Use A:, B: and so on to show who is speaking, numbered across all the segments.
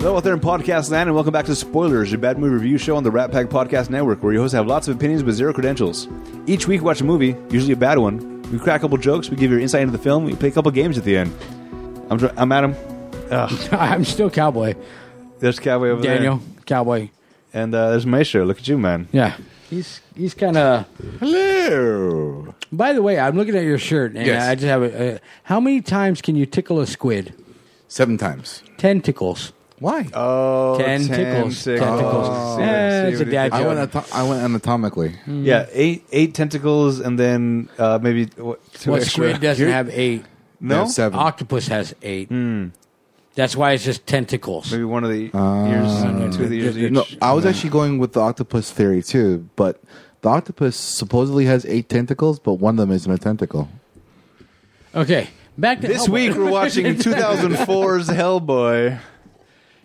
A: Hello out there in podcast land, and welcome back to Spoilers, your bad movie review show on the Rat Pack Podcast Network, where your hosts have lots of opinions but zero credentials. Each week, we watch a movie, usually a bad one. We crack a couple jokes, we give you insight into the film, we play a couple games at the end. I'm, Dr- I'm Adam.
B: I'm still cowboy.
A: There's Cowboy over
B: Daniel, cowboy.
A: there, and uh, there's Maestro. Look at you, man.
B: Yeah, he's he's kind of.
A: Hello.
B: By the way, I'm looking at your shirt, and
C: Yes.
B: I just have a. Uh, how many times can you tickle a squid?
C: Seven times. Uh,
B: Ten tickles.
C: Why?
A: Oh,
B: Ten tickles. Tentacles. Yeah, it's a dad
C: I
B: joke.
C: went. Ato- I went anatomically.
A: Yeah, eight eight tentacles, and then uh, maybe what, two
B: Well,
A: extra.
B: squid doesn't
A: You're-
B: have eight.
A: no
C: Yeah, seven.
B: Octopus has eight. That's why it's just tentacles.
A: Maybe one of the ears, two of the ears each.
C: No, I was actually going with the octopus theory too, but the octopus supposedly has eight tentacles, but one of them isn't a tentacle.
B: Okay, back to oh,
A: This
B: Hellboy.
A: week we're watching 2004's Hellboy.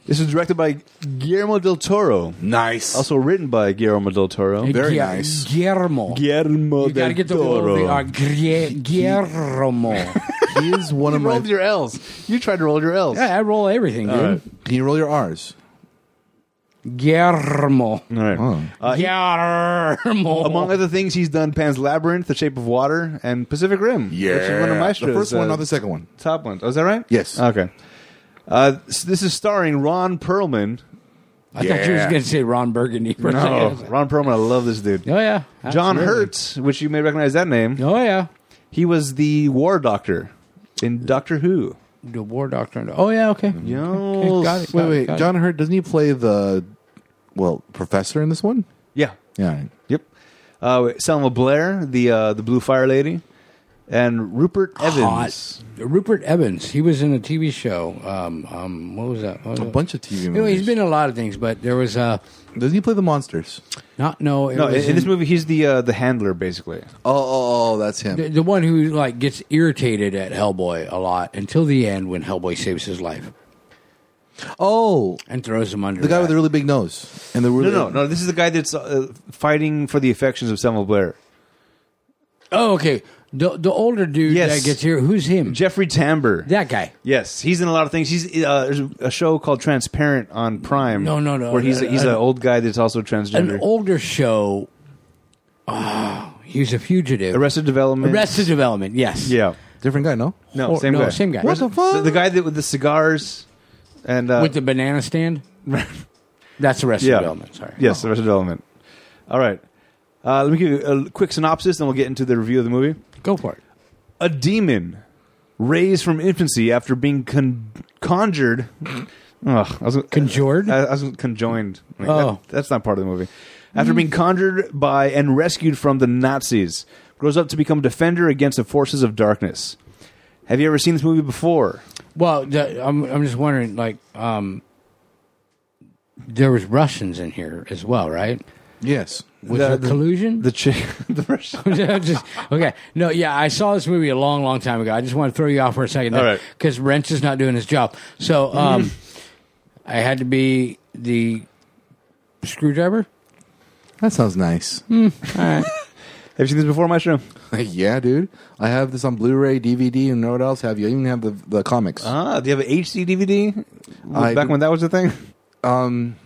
A: This is directed by Guillermo del Toro,
C: Nice.
A: also written by Guillermo del Toro.
C: very
B: Gia-
C: nice.
B: Guillermo.
A: Guillermo
B: you gotta get the roll. The, uh, Grie- Guillermo.
C: he is one of
A: you
C: my.
A: rolled your L's. You tried to roll your L's.
B: yeah, I roll everything, dude.
A: All right.
C: can you roll your R's?
B: Guillermo.
A: All right.
C: Oh.
A: Uh, he-
B: Guillermo.
A: among other things, he's done Pan's Labyrinth, The Shape of Water, and Pacific Rim. which is one of my uh,
C: the first one, not the second one.
A: top ones. Oh, is that right?
C: Yes.
A: Okay. Uh, s- this is starring Ron Perlman. Oh,
B: I thought you was
C: Yeah.
B: going to say Ron Burgundy. For a second.
A: Ron Perlman. I love this dude.
B: Oh yeah.
A: John
B: Absolutely.
A: Hertz, which you may recognize that name.
B: Oh yeah.
A: He was the War Doctor in Doctor Who.
B: The war doctor. Oh yeah. Okay.
C: Mm-hmm.
A: Yo,
B: got it.
C: Wait, wait.
B: got it.
C: John Hurt doesn't he play the well professor in this one?
A: Yeah.
C: Yeah.
A: Yep. Uh, wait, Selma Blair, the uh, the Blue Fire Lady, and Rupert Evans.
B: Rupert Evans. He was in a TV show. Um, um, what was that? What was
C: A
B: it?
C: bunch of TV movies.
B: Anyway, he's been in a lot of things, but there was uh,
C: Doesn't he play the monsters?
B: not no. It
A: No, in,
B: was
A: in this movie, he's the uh, the handler basically.
C: Oh, oh, oh that's him.
B: The, the one who like gets irritated at Hellboy a lot until the end when Hellboy saves his life
C: Oh,
B: and throws him under
C: the guy with the
B: that.
C: really big nose and the
A: No,
C: really
A: no, no. This is the guy that's uh, fighting for the affections of Selma Blair.
B: oh okay the the older dude
A: Yes.
B: that gets here who's him
A: Jeffrey Tambor.
B: that guy
A: Yes, he's in a lot of things. He's uh, there's a show called Transparent on Prime.
B: No, no, no.
A: Where he's a, he's an
B: An-
A: old guy that's also transgender.
B: an older show. Oh, he was a fugitive.
A: Arrested Development.
B: Arrested Development. Yes.
A: Yeah.
C: different guy. No,
A: No,
B: Or-
A: same
B: no,
A: guy.
B: same guy.
C: What the fuck?
A: The, the guy that with the cigars and uh,
B: With the banana stand. That's Arrested
A: yeah.
B: Development. Sorry. Oh.
A: Yes, Arrested Development. All right. Uh, let me give you a quick synopsis, then we'll get into the review of the movie.
B: Go for it.
A: A demon raised from infancy after being con- conjured. Ugh, I was,
B: Conjured?
A: I, I was conjoined. Like,
B: Oh.
A: that- that's not part of the movie. After being conjured by and rescued from the Nazis, grows up to become a defender against the forces of darkness. Have you ever seen this movie before?
B: Well, the, I'm I'm just wondering, like, um, there was Russians in here as well, right?
C: Yes.
B: Was
A: The-
B: there
A: the-
B: collusion?
A: The chick, the Russian.
B: Just- okay. No, yeah, I saw this movie a long, long time ago. I just want to throw you off for a second
A: All right.
B: because Wrench is not doing his job. So um, I had to be the screwdriver.
C: That sounds nice.
A: Have you seen this before, Maestro?
C: yeah, dude. I have this on Blu-ray, DVD, and what else have you? I even have the the comics.
A: Ah, do you have an HD DVD?
C: I
A: Back
C: do-
A: when that was a thing?
C: Um.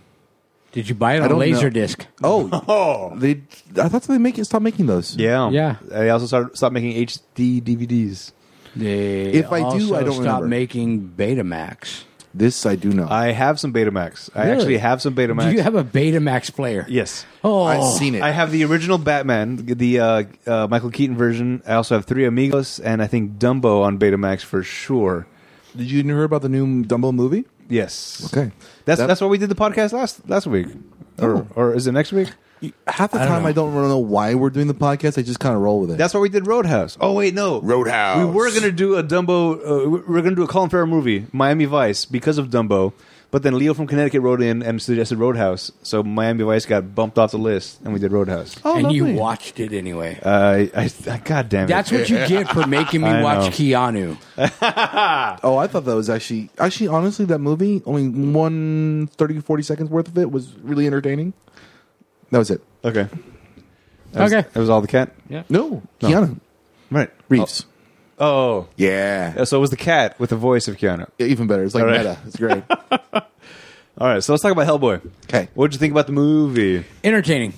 B: Did you buy it
C: I
B: on
C: don't know.
B: Laserdisc?
C: Oh,
A: Oh.
C: they. I thought they make it stop making those.
A: Yeah.
B: Yeah.
A: They also started, stopped making HD DVDs.
B: They
C: If I do,
B: also
C: I don't
B: stop
C: remember.
B: making Betamax.
C: This I do know. I,
A: I have some Betamax. I
B: Really?
A: actually have some Betamax.
B: Do you have a Betamax player?
A: yes.
B: Oh,
C: have seen it.
A: I have the original Batman, the uh, uh, Michael Keaton version. I also have Three Amigos and I think Dumbo on Betamax for sure.
C: Did you hear about the new Dumbo movie?
A: Yes.
C: Okay.
A: That's
C: That-
A: that's why we did the podcast last last week, or
C: Oh.
A: or is it next week?
C: Half the
B: I don't
C: time
B: know.
C: I don't really know why we're doing the podcast. I just kind of roll with it.
A: That's why we did Roadhouse. Oh wait, no,
C: Roadhouse.
A: We were gonna do a Dumbo. Uh, we we're gonna do a Colin Farrell movie, Miami Vice, because of Dumbo. But then Leo from Connecticut wrote in and suggested Roadhouse, so Miami Vice got bumped off the list, and we did Roadhouse.
C: oh,
B: and you
C: lovely.
B: watched it anyway.
A: Uh, I, I, God damn it!
B: That's what you get for making me
A: I know.
B: watch Keanu.
C: Oh, I thought that was actually actually honestly that movie only one 30 40 seconds worth of it was really entertaining. That was it.
A: okay. That was,
B: Okay.
A: that was all the cat,
C: No, Keanu
A: right?
C: Reeves.
A: Oh,
C: Yeah.
A: so it was the cat with the voice of Keanu.
C: Even better. It's like
A: All right.
C: meta. It's great.
A: All right, so let's talk about Hellboy.
C: 'Kay.
A: What'd you think about the movie?
B: Entertaining.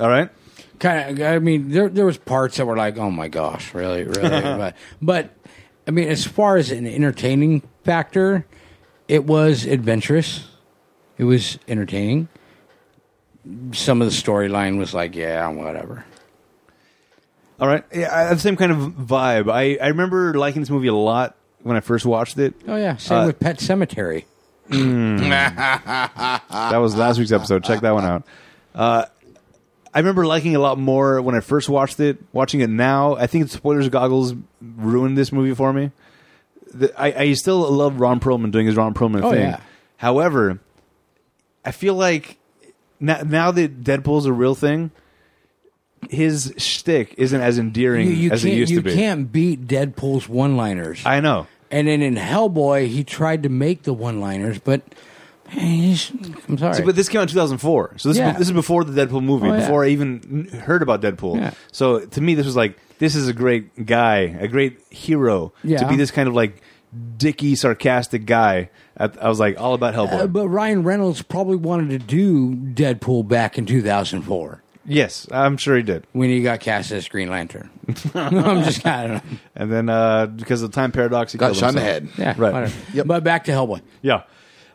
A: All right.
B: Kind of. I mean, there there was parts that were like, oh my gosh, really, really. but but I mean, as far as an entertaining factor, it was adventurous. It was entertaining. Some of the storyline was like, yeah, whatever.
A: All right. Yeah, I have the same kind of vibe. I, I remember liking this movie a lot when I first watched it.
B: Oh yeah, same
A: Uh,
B: with Pet Cemetery.
A: That was last week's episode. Check that one out. Uh, I remember liking it a lot more when I first watched it. Watching it now, I think spoilers goggles ruined this movie for me. The, I, I still love Ron Perlman doing his Ron Perlman
B: Oh,
A: thing.
B: yeah.
A: However, I feel like now, now that Deadpool's a real thing, his shtick isn't as endearing
B: You, you
A: as
B: can't
A: it used
B: you
A: to be.
B: can't beat Deadpool's one-liners.
A: I know.
B: And then in Hellboy, he tried to make the one-liners, but man, he's- I'm sorry.
A: So, but this came out in 2004. So this,
B: Yeah.
A: is, this is before the Deadpool movie,
B: Oh, yeah.
A: before I even n- heard about Deadpool.
B: Yeah.
A: So to me, this was like, this is a great guy, a great hero to
B: Yeah.
A: be this kind of like dicky, sarcastic guy. At, I was like, all about Hellboy.
B: Uh, but Ryan Reynolds probably wanted to do Deadpool back in 2004
A: yes, I'm sure he did.
B: when he got cast as Green Lantern. I'm just I don't know.
A: And then uh, because of the time paradox, he
C: Got
A: killed
C: shot in the
A: himself.
C: head.
B: Yeah,
A: Right.
B: whatever.
C: Yep.
B: But back to Hellboy.
A: Yeah.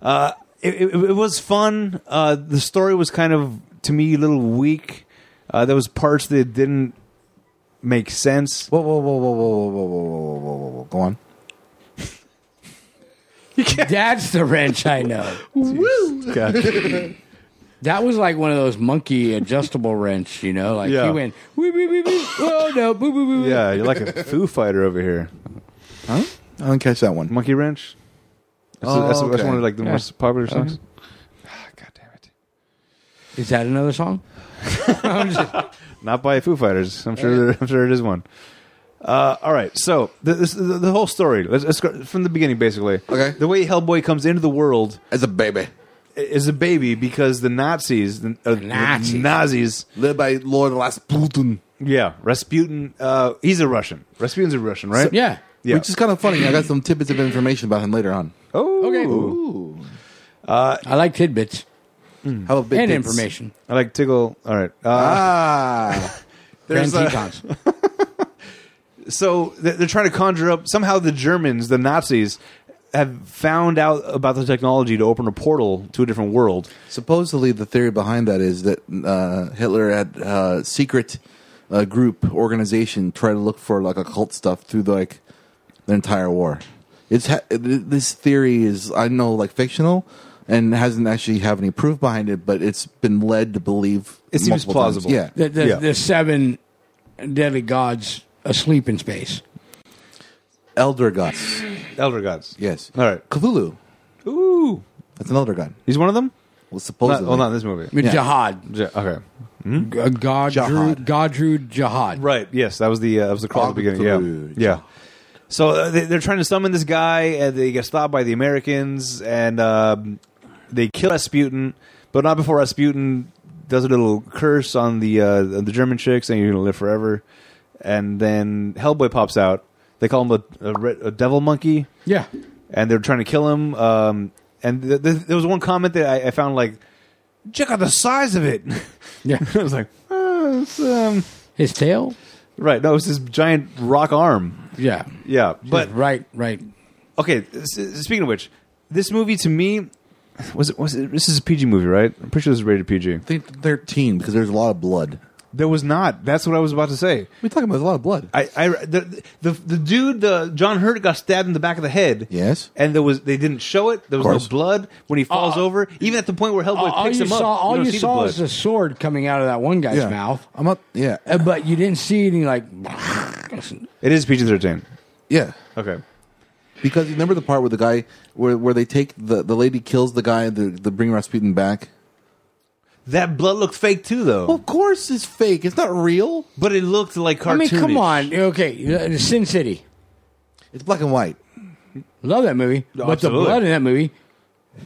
A: Uh, it, it, it was fun. Uh, the story was kind of, to me, a little weak. Uh, there was parts that didn't make sense.
C: Whoa, whoa, whoa, whoa, whoa, whoa, whoa, whoa, whoa, whoa, whoa, whoa. Go on.
B: That's the wrench I know.
A: God.
B: That was like one of those monkey adjustable wrench, you know? Like
A: Yeah.
B: he went, woo, woo, woo, woo. oh no, boo, boo, boo, boo.
A: Yeah, you're like a Foo Fighter over here.
C: I didn't catch that one.
A: Monkey Wrench. That's,
C: Oh,
A: that's, that's
C: okay.
A: one of like the
B: Yeah.
A: most popular songs. God damn it!
B: Is that another song? I'm just-
A: Not by Foo Fighters. I'm sure. there- I'm sure it is one. Uh, all right. So the, this, the, the whole story. Let's, let's go from the beginning, basically.
C: Okay.
A: The way Hellboy comes into the world
C: As a baby.
A: i- is a baby because the Nazis, the, uh, the
B: Nazis.
A: Nazis.
C: Led by Lord Rasputin.
A: Yeah, Rasputin. Uh, he's a Russian. Rasputin's a Russian, right?
B: yeah.
A: Yeah.
C: Which is kind of funny. I got some tidbits of information about him later on.
A: oh.
B: Okay.
C: Ooh.
B: I like tidbits
C: How about big
B: and
C: tits?
B: information.
A: I like tickle. All right. Uh,
C: Ah.
A: there's
B: Grand
A: a-
B: Tetons.
A: so th- they're trying to conjure up somehow the germans the nazis have found out about the technology to open a portal to a different world
C: Supposedly, the theory behind that is that uh, Hitler had uh, secret uh, group organization try to look for like occult stuff through like the entire war. It's ha- th- this theory is I know like fictional and hasn't actually have any proof behind it, but it's been led to believe
A: It seems
C: multiple times.
A: plausible.
C: Yeah,
B: the, the,
A: Yeah.
B: the seven deadly gods asleep in space.
C: elder gods.
A: elder gods
C: Yes.
A: all right
C: Cthulhu.
A: ooh
C: That's an elder god.
A: he's one of them
C: Well,
A: not,
C: supposedly.
A: well not in this movie
C: Yeah.
B: Jihad.
A: Ja- okay
B: G- uh, God, drew,
C: Jihad.
B: God drew Jihad.
A: Hmm? right yes that was the uh, that was the crawl at the beginning
C: Absolute.
A: yeah yeah so uh, they, they're trying to summon this guy and they get stopped by the americans and um, they kill rasputin but not before rasputin does a little curse on the uh, the german chick saying you're gonna live forever and then hellboy pops out they call him a, a, red, a devil monkey
B: Yeah.
A: and they're trying to kill him um, and th- th- there was one comment that I, I found like check out the size of it
B: Yeah.
A: i was like "Oh, it's, um,
B: His tail?
A: right no it's this giant rock arm
B: Yeah.
A: yeah but
B: Just right, right.
A: okay. s- s- Speaking of which, this movie to me was it was it, this is a PG movie, right? I'm pretty sure this is rated PG.
C: I think thirteen because there's a lot of blood.
A: There was not. That's what I was about to say.
C: We're talking about a lot of blood.
A: I, I the, the the dude the John Hurt got stabbed in the back of the head.
C: Yes.
A: and there was they didn't show it. There was
C: course.
A: no blood when he falls
B: Uh,
A: over. Even at the point where Hellboy
B: all
A: picks
B: you
A: him
B: saw,
A: up,
B: all
A: you,
B: you,
A: don't see the
B: saw
A: blood.
B: is a sword coming out of that one guy's
C: yeah.
B: mouth.
C: I'm not. Yeah.
B: Uh, But you didn't see any like.
A: it is PG thirteen.
C: Yeah.
A: Okay,
C: Because you remember the part where the guy where where they take the the lady kills the guy the the bring Rasputin back.
A: that blood looked fake too, though.
C: Of course, it's fake. It's not real.
A: but it looked like cartoonish.
B: I mean, come on. Okay, uh, Sin City.
C: It's black and white.
B: Love that movie, but
A: Absolutely.
B: the blood in that movie,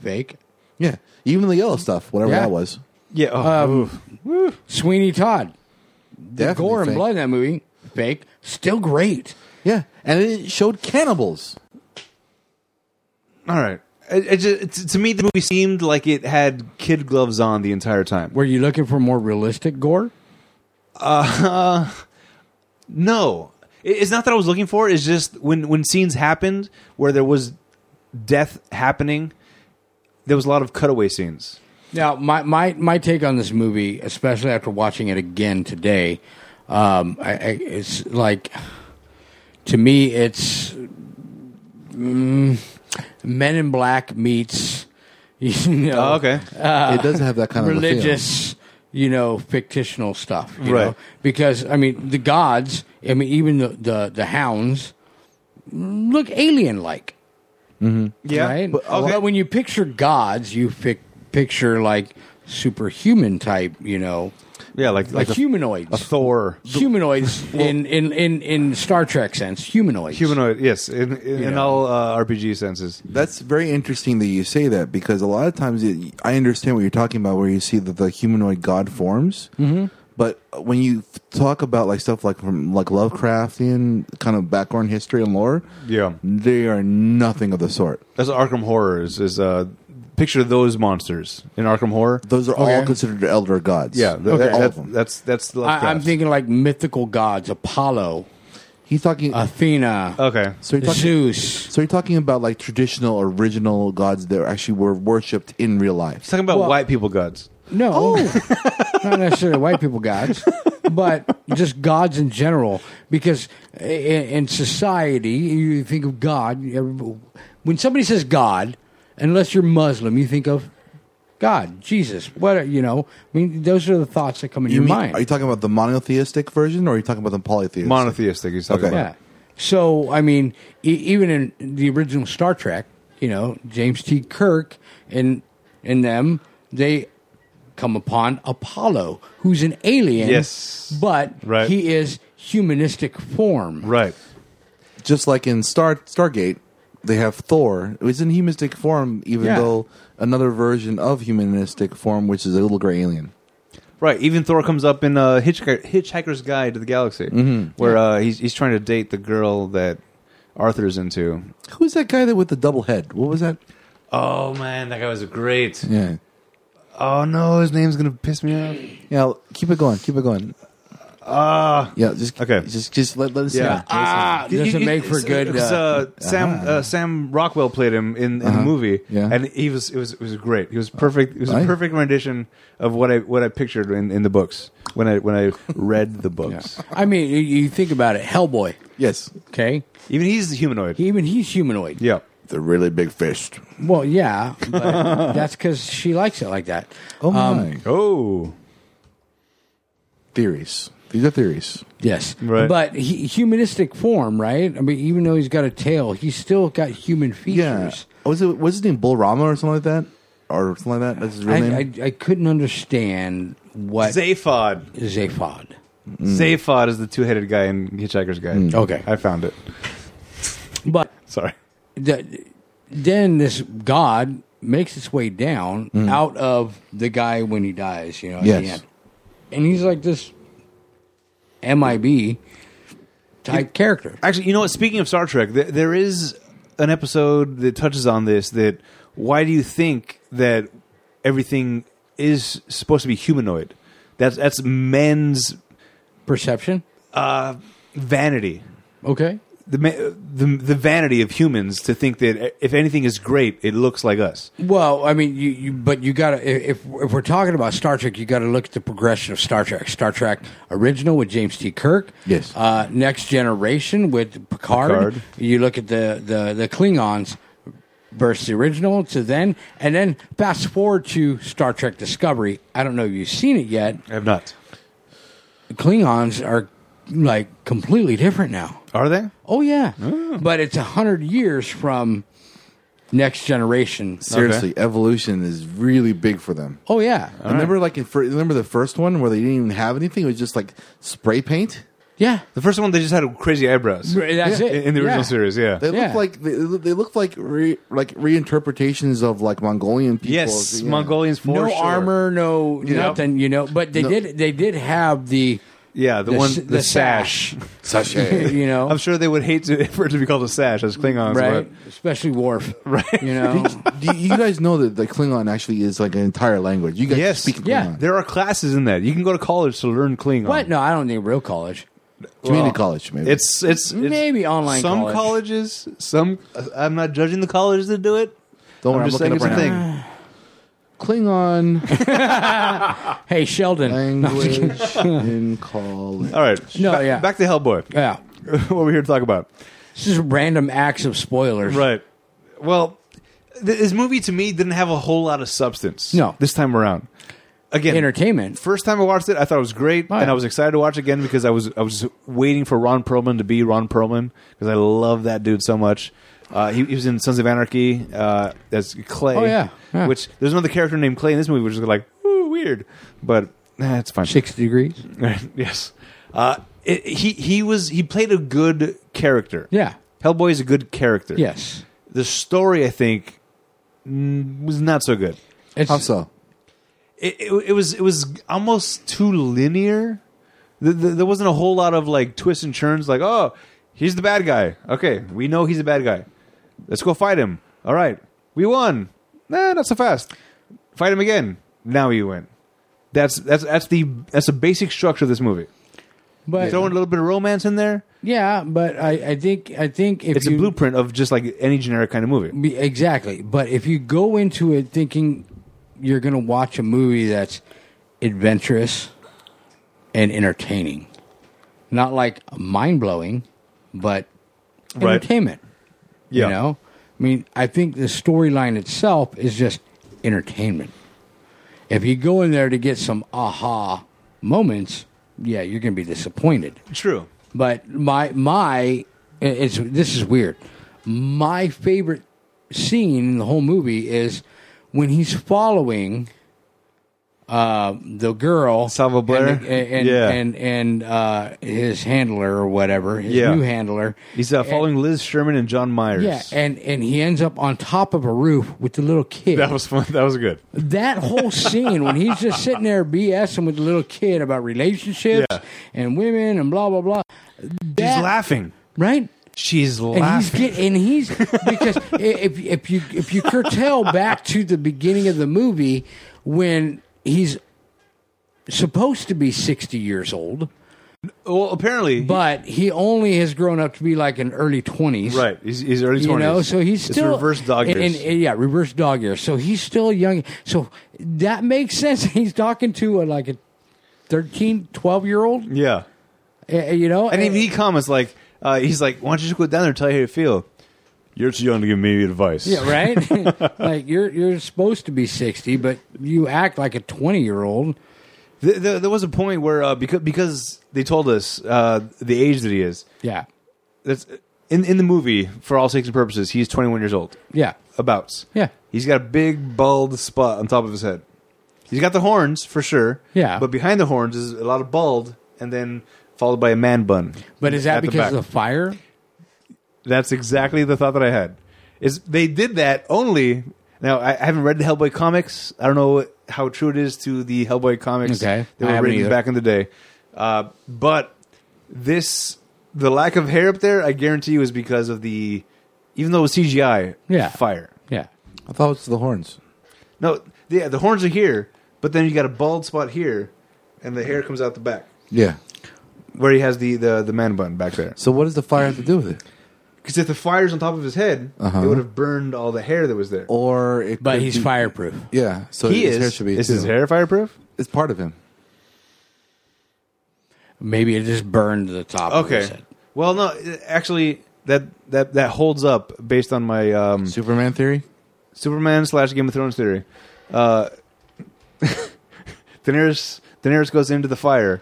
B: fake.
C: Yeah, even the yellow stuff, whatever
B: Yeah.
C: that was.
A: Yeah. oh,
B: Um,
A: oof.
B: Sweeney Todd,
C: The
B: gore and blood in that movie, fake. Still great.
C: Yeah, and it showed cannibals.
A: All right. It, it just, it's- to me, the movie seemed like it had kid gloves on the entire time.
B: Were you looking for more realistic gore?
A: No, It- it's not that I was looking for. it. It's just when when scenes happened where there was death happening, there was a lot of cutaway scenes.
B: Now, my, my, my take on this movie, especially after watching it again today, um, I, I, it's like to me, it's mm, Men in Black meets you know,
A: Oh,
B: Uh,
C: it does have that kind of a feel.
B: religious, you know, fictional stuff, you
A: Right.
B: Know? Because I mean, the gods, I mean, even the the, the hounds look alien like,
A: yeah.
B: right?
A: But, okay.
B: But when you picture gods, you pic- picture like superhuman type, you know,
A: yeah, like like,
B: like,
A: a,
B: humanoids,
A: a Thor
B: humanoids in, in in in Star Trek sense, humanoids,
A: humanoid. Yes, in in, in
B: know.
A: all uh, RPG senses.
C: That's very interesting that you say that because a lot of times it, I understand what you're talking about, where you see that the humanoid god forms. Mm-hmm. But when you f- talk about like stuff like from like Lovecraftian kind of background history and lore,
A: Yeah.
C: they are nothing of the sort.
A: That's what Arkham Horror is. is uh, picture those monsters in Arkham Horror.
C: Those are all
B: Okay.
C: considered elder gods.
A: yeah, th-
C: all
A: that-
C: of them.
A: That's that's.
B: I, I'm
A: Lovecraft.
B: thinking like mythical gods, Apollo,
C: He's talking.
A: Uh,
B: Athena,
A: Okay.
C: so you're talking.
B: Zeus.
C: So you're talking about like traditional, original gods that actually were worshipped in real life.
A: He's talking about
B: Well-
A: white people gods.
B: No,
C: Oh.
B: not necessarily white people gods, but just gods in general. Because in, in society, you think of God. every- When somebody says God, unless you're Muslim, you think of God, Jesus. What you know? I mean, those are the thoughts that come in
C: You
B: your
C: mean-
B: mind.
C: Are you talking about the monotheistic version, or are you talking about the polytheistic?
A: Monotheistic. He's talking
C: Okay.
A: about.
B: yeah. So I mean, e- even in the original Star Trek, you know, James T. Kirk and and them, they come upon Apollo, who's an alien.
A: Yes.
B: but
A: Right.
B: he is humanistic form.
A: Right.
C: just like in Star Stargate, they have Thor. It's in humanistic form, even
B: Yeah.
C: though another version of humanistic form, which is a little gray alien.
A: Right. Even Thor comes up in uh, Hitchhiker, Hitchhiker's Guide to the Galaxy,
B: Mm-hmm.
A: where uh, he's he's trying to date the girl that Arthur's into.
C: Who's that guy that with the double head? What was that?
A: Oh man, that guy was great.
C: Yeah,
A: Oh no, his name's gonna piss me off.
C: yeah. l- Keep it going. Keep it going.
A: Ah.
C: Yeah, just
A: Okay.
C: Just just let, let us
A: Yeah.
C: yeah.
B: Ah, doesn't make for good.
A: Because
B: uh, Uh-huh.
A: uh, Sam uh, Sam Rockwell played him in, in the movie,
C: Yeah.
A: and he was it was it was great. He was perfect. It was a
C: Right.
A: perfect rendition of what I what I pictured in, in the books when I when I read the books.
B: I mean, you, you think about it, Hellboy.
C: Yes,
B: Okay,
A: Even he's humanoid.
B: even he's humanoid.
A: yeah.
C: the really big fist.
B: Well, yeah, but that's because she likes it like that. Um,
C: Oh my!
A: Oh.
C: theories. These are theories.
B: Yes,
A: Right.
B: But he, humanistic form, right? I mean, even though he's got a tail, he's still got human
C: Yeah.
B: features.
C: Was Oh, it was his name Bull Rama or something like that, or something like that? That's his real name.
B: I, I, I couldn't understand what
A: Zaphod.
B: Zaphod.
A: Zaphod is the two-headed guy in Hitchhiker's Guide.
B: Okay.
A: I found it.
B: But
A: Sorry.
B: the, then this god makes its way down out of the guy when he dies. You know, at the
C: Mm. Yes.
B: end, and he's like this MIB type character.
A: Actually, you know what? Speaking of Star Trek, th- there is an episode that touches on this. That why do you think that everything is supposed to be humanoid? That's that's men's
B: Perception.
A: vanity.
B: Okay.
A: The, ma- the the vanity of humans to think that e, if anything is great, it looks like us.
B: Well, I mean, you, you but you got to if if we're talking about Star Trek, you got to look at the progression of Star Trek. Star Trek original with James T. Kirk,
C: Yes.
B: Uh, Next Generation with Picard.
A: Picard.
B: You look at the the the Klingons versus the original to then, and then fast forward to Star Trek Discovery. I don't know if you've seen it yet.
A: I have not.
B: Klingons are like completely different now.
A: Are they?
B: Oh yeah, but it's a hundred years from Next Generation.
C: Seriously, evolution is really big for them.
B: Oh yeah.
C: I remember like in fir- remember the first one where they didn't even have anything. It was just like spray paint.
B: Yeah.
A: The first one they just had crazy eyebrows.
B: Right, that's
A: in,
B: it.
A: in the original
B: Yeah.
A: series. Yeah.
C: They
B: Yeah.
C: looked like they, they looked like re, like reinterpretations of like Mongolian people.
A: yes,
C: Yeah.
A: Mongolians for
B: no
A: sure.
B: armor, no
A: Yeah.
B: nothing, you know. But they
C: No.
B: did they did have the
A: Yeah, the,
B: The
A: one
B: s-
A: the,
B: the
A: sash.
C: Sachet.
B: you know,
A: I'm sure they would hate to, for it to be called a sash as Klingons,
B: right? Especially Worf, right? You know,
C: Do you you guys know that the Klingon actually is like an entire language? You guys
A: Yes.
C: speak Klingon.
B: Yeah.
A: but there are classes in that. You can go to college to learn Klingon.
B: what? No, I don't need real college.
C: Community
A: Well,
C: college, maybe.
A: It's, it's it's
B: Maybe online
A: Some
B: college.
A: colleges, some. uh, I'm not judging the colleges that do it.
C: Don't
A: I'm
C: worry,
A: just
C: Oh, I'm
A: saying it's
C: looking
A: a
C: up right
A: thing.
C: now. Klingon
B: Hey, Sheldon.
C: language in college.
A: All right.
B: No,
A: Ba-
B: yeah.
A: Back to Hellboy.
B: Yeah,
A: what we're here to talk about.
B: this is random acts of spoilers.
A: Right. Well, th- this movie to me didn't have a whole lot of substance.
B: No.
A: This time around. Again,
B: Entertainment.
A: First time I watched it, I thought it was great,
B: Right.
A: and I was excited to watch it again because I was I was waiting for Ron Perlman to be Ron Perlman because I love that dude so much. Uh, he, he was in Sons of Anarchy uh, as Clay.
B: Oh, yeah. Yeah.
A: Which there's another character named Clay in this movie, which is like ooh weird, but eh, it's fine.
B: Sixty degrees.
A: yes. Uh, it, he he was he played a good character.
B: Yeah.
A: Hellboy is a good character.
B: Yes.
A: The story, I think, mm, was not so good.
B: It's,
C: How so?
A: It, it, it was it was almost too linear. Th th there wasn't a whole lot of like twists and turns. Like, oh, he's the bad guy. Okay, we know he's a bad guy. Let's go fight him. All right, we won. Nah, not so fast. Fight him again. Now you win. That's that's that's the that's the basic structure of this movie.
B: But
A: Throwing a little bit of romance in there.
B: yeah, but I, I think I think if
A: It's
B: you,
A: a blueprint of just like any generic kind of movie.
B: Be- Exactly. But if you go into it thinking you're going to watch a movie that's adventurous and entertaining, not like mind blowing, but
A: Right.
B: entertainment.
A: Yeah.
B: You know? I mean, I think the storyline itself is just entertainment. If you go in there to get some aha moments, yeah, you're going to be disappointed.
A: True.
B: But my my it's this is weird. My favorite scene in the whole movie is when he's following uh, the girl
A: Salva Blair?
B: and and
A: Yeah.
B: and, and uh, his handler or whatever his
A: Yeah.
B: new handler.
A: He's uh,
B: And-
A: following Liz Sherman and John Myers.
B: yeah, and and he ends up on top of a roof with the little kid.
A: that was fun. That was good.
B: That whole scene when he's just sitting there BSing with the little kid about relationships
A: Yeah.
B: and women and blah blah blah.
A: She's
B: That-
A: laughing.
B: right?
A: She's
B: and he's
A: laughing.
B: get, and he's because i- if if you if you curtail back to the beginning of the movie when he's supposed to be 60 years old
A: well, apparently,
B: but he only has grown up to be like in early 20s
A: right. He's, he's early
B: you
A: twenties.
B: know so he's still
A: it's reverse dog
B: and-
A: years.
B: and- and yeah reverse dog years so he's still young so that makes sense he's talking to a, like a 13 12 year old eh,
A: yeah,
B: you know
A: and he, he comments like, uh, he's like, "Why don't you just go down there and tell you how you feel?" You're too young to give me advice.
B: Yeah, right. like you're you're supposed to be sixty, but you act like a twenty year old.
A: Th- th- there was a point where uh, because because they told us uh, the age that he is.
B: Yeah,
A: That's in in the movie for all sakes and purposes. He's 21 years old.
B: yeah,
A: Abouts.
B: Yeah.
A: He's got a big bald spot on top of his head. He's got the horns for sure.
B: Yeah.
A: But behind the horns is a lot of bald, and then followed by a man bun.
B: but is that
A: at the
B: because
A: back.
B: of the fire?
A: That's exactly the thought that I had. Is they did that only. Now I, I haven't read the Hellboy comics. I don't know how true it is to the Hellboy comics
B: Okay.
A: that
B: I
A: were
B: haven't
A: written
B: either.
A: back in the day. Uh, but this, the lack of hair up there, I guarantee you, is because of the, even though it was CGI,
B: Yeah.
A: fire.
B: Yeah,
C: I thought it was the horns.
A: No, yeah, the horns are here, but then you got a bald spot here, and the hair comes out the back
C: Yeah.
A: where he has the the, the man bun back there.
C: So what does the fire have to do with it?
A: Because if the fire's on top of his head,
B: Uh-huh.
A: it would have burned all the hair that was there.
C: Or it
B: but
C: could
B: he's
C: be-
B: fireproof.
C: Yeah. So
A: he
C: his
A: is.
C: hair should be
A: is
C: too.
A: his hair fireproof?
C: It's part of him.
B: Maybe it just burned the top. Of his
A: Okay.
B: head.
A: Well, no, it- actually, that that that holds up based on my um,
C: Superman theory.
A: Superman slash Game of Thrones theory. Uh, Daenerys Daenerys goes into the fire.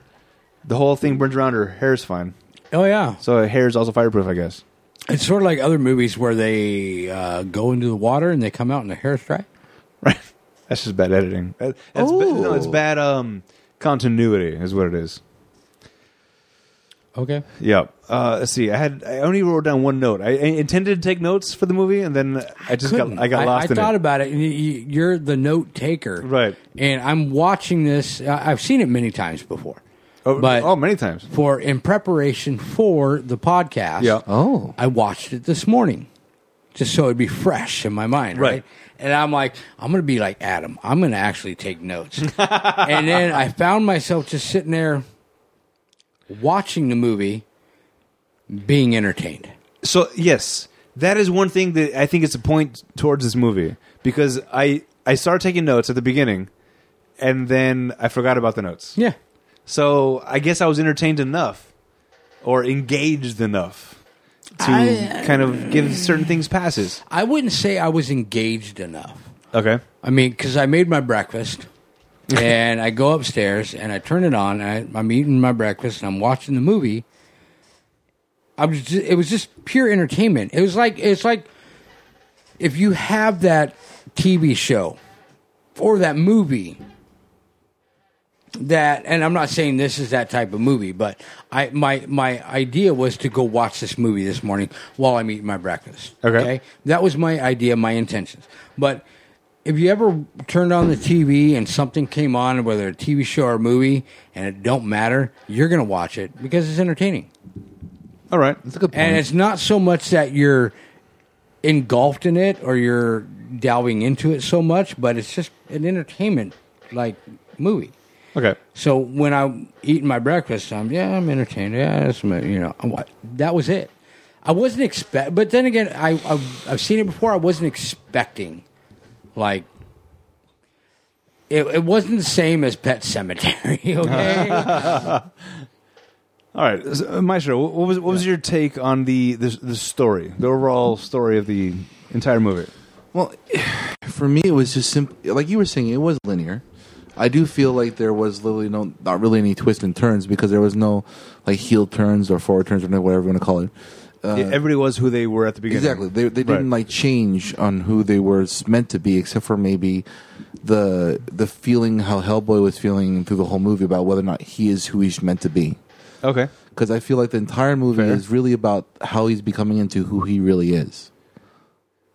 A: The whole thing burns around her. Hair's fine,
B: Oh yeah,
A: so her hair is also fireproof, I guess.
B: it's sort of like other movies where they uh, go into the water and they come out in a hair stripe.
A: Right? That's just bad editing. That- That's ba- no, it's
C: Oh.
A: bad um, continuity, is what it is.
B: Okay,
A: Yeah. Uh, let's see. I had I only wrote down one note. I, I intended to take notes for the movie, and then I just got
B: Couldn't.
A: I got lost
B: I,
A: in
B: thought
A: it.
B: about it. and you- you- You're the note taker,
A: Right.
B: And I'm watching this. I- I've seen it many times before,
A: Oh,
B: But-
A: oh, many times.
B: for in preparation for the podcast.
A: Yeah.
C: Oh.
B: I watched it this morning, just so it'd be fresh in my mind, right?
A: Right.
B: And I'm like, I'm gonna be like Adam. I'm gonna actually take notes. and then I found myself just sitting there watching the movie, being entertained.
A: So yes, that is one thing that I think is a point towards this movie because I I started taking notes at the beginning, and then I forgot about the notes.
B: Yeah.
A: So I guess I was entertained enough, or engaged enough, to
B: I-
A: kind of give certain things passes.
B: I wouldn't say I was engaged enough.
A: Okay.
B: I mean, because I made my breakfast and I go upstairs and I turn it on. And I, I'm eating my breakfast and I'm watching the movie. I was ju- it was just pure entertainment. It was like it's like if you have that TV show or that movie that and I'm not saying this is that type of movie, but I my my idea was to go watch this movie this morning while I'm eating my breakfast.
A: Okay.
B: That was my idea, my intentions. But if you ever turned on the TV and something came on, whether a TV show or a movie, and it don't matter, you're gonna watch it because it's entertaining.
A: All right. That's a good
B: And it's not so much that you're engulfed in it or you're delving into it so much, but it's just an entertainment like movie.
A: Okay.
B: So when I'm eating my breakfast, I'm yeah, I'm entertained. Yeah, that's my, you know, I'm wa- that was it. I wasn't expect, but then again, I I've, I've seen it before. I wasn't expecting, like, it it wasn't the same as Pet Cemetery. Okay,
A: All right, so, uh, Maestro, wh- what was what was your take on the the, the story, the overall story of the entire movie?
C: Well, for me, it was just simple. Like you were saying, it was linear. I do feel like there was literally no, not really any twists and turns because there was no like heel turns or forward turns or whatever you want to call it. Uh,
A: Yeah, Everybody was who they were at the beginning.
C: Exactly. They they didn't
A: Right.
C: like change on who they were s- meant to be, except for maybe the the feeling how Hellboy was feeling through the whole movie about whether or not he is who he's meant to be.
A: Okay.
C: Because I feel like the entire movie
A: Fair.
C: is really about how he's becoming into who he really is.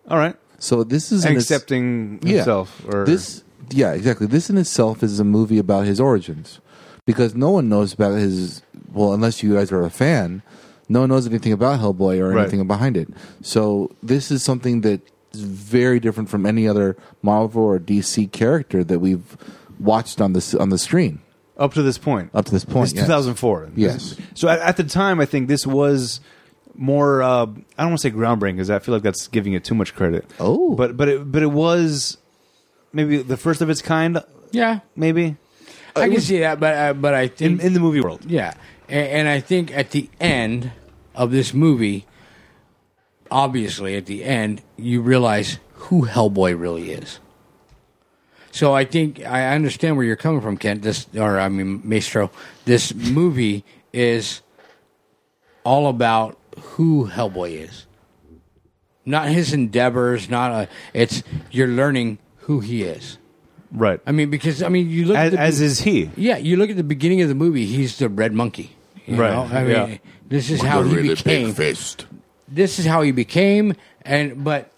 A: All right.
C: So this is
A: And
C: an-
A: accepting
C: yeah.
A: himself. Or
C: This, yeah, exactly. This in itself is a movie about his origins, because no one knows about his. Well, unless you guys are a fan, no one knows anything about Hellboy or
A: Right.
C: anything behind it. So this is something that is very different from any other Marvel or DC character that we've watched on this on the screen
A: up to this point.
C: up to this point.
A: It's
C: yes.
A: 2004.
C: Yes.
A: So at, at the time, I think this was more. Uh, I don't want to say groundbreaking because I feel like that's giving it too much credit.
C: Oh.
A: but but it but it was maybe the first of its kind.
B: yeah,
A: Maybe
B: I can see that, but uh, but I
A: Uh,
B: think
A: in in the movie world.
B: Yeah, and, and I think at the end of this movie, obviously at the end, you realize who Hellboy really is. So I think I understand where you're coming from, Kent. This, or I mean, Maestro. This movie is all about who Hellboy is, not his endeavors. Not a. It's you're learning who he is.
A: Right.
B: I mean, because I mean, you look at
A: as,
B: the,
A: as is he.
B: yeah, you look at the beginning of the movie. He's the red monkey. you
A: Right,
B: know? I mean,
A: yeah.
B: this is how he became.
D: fist.
B: This is how he became, and but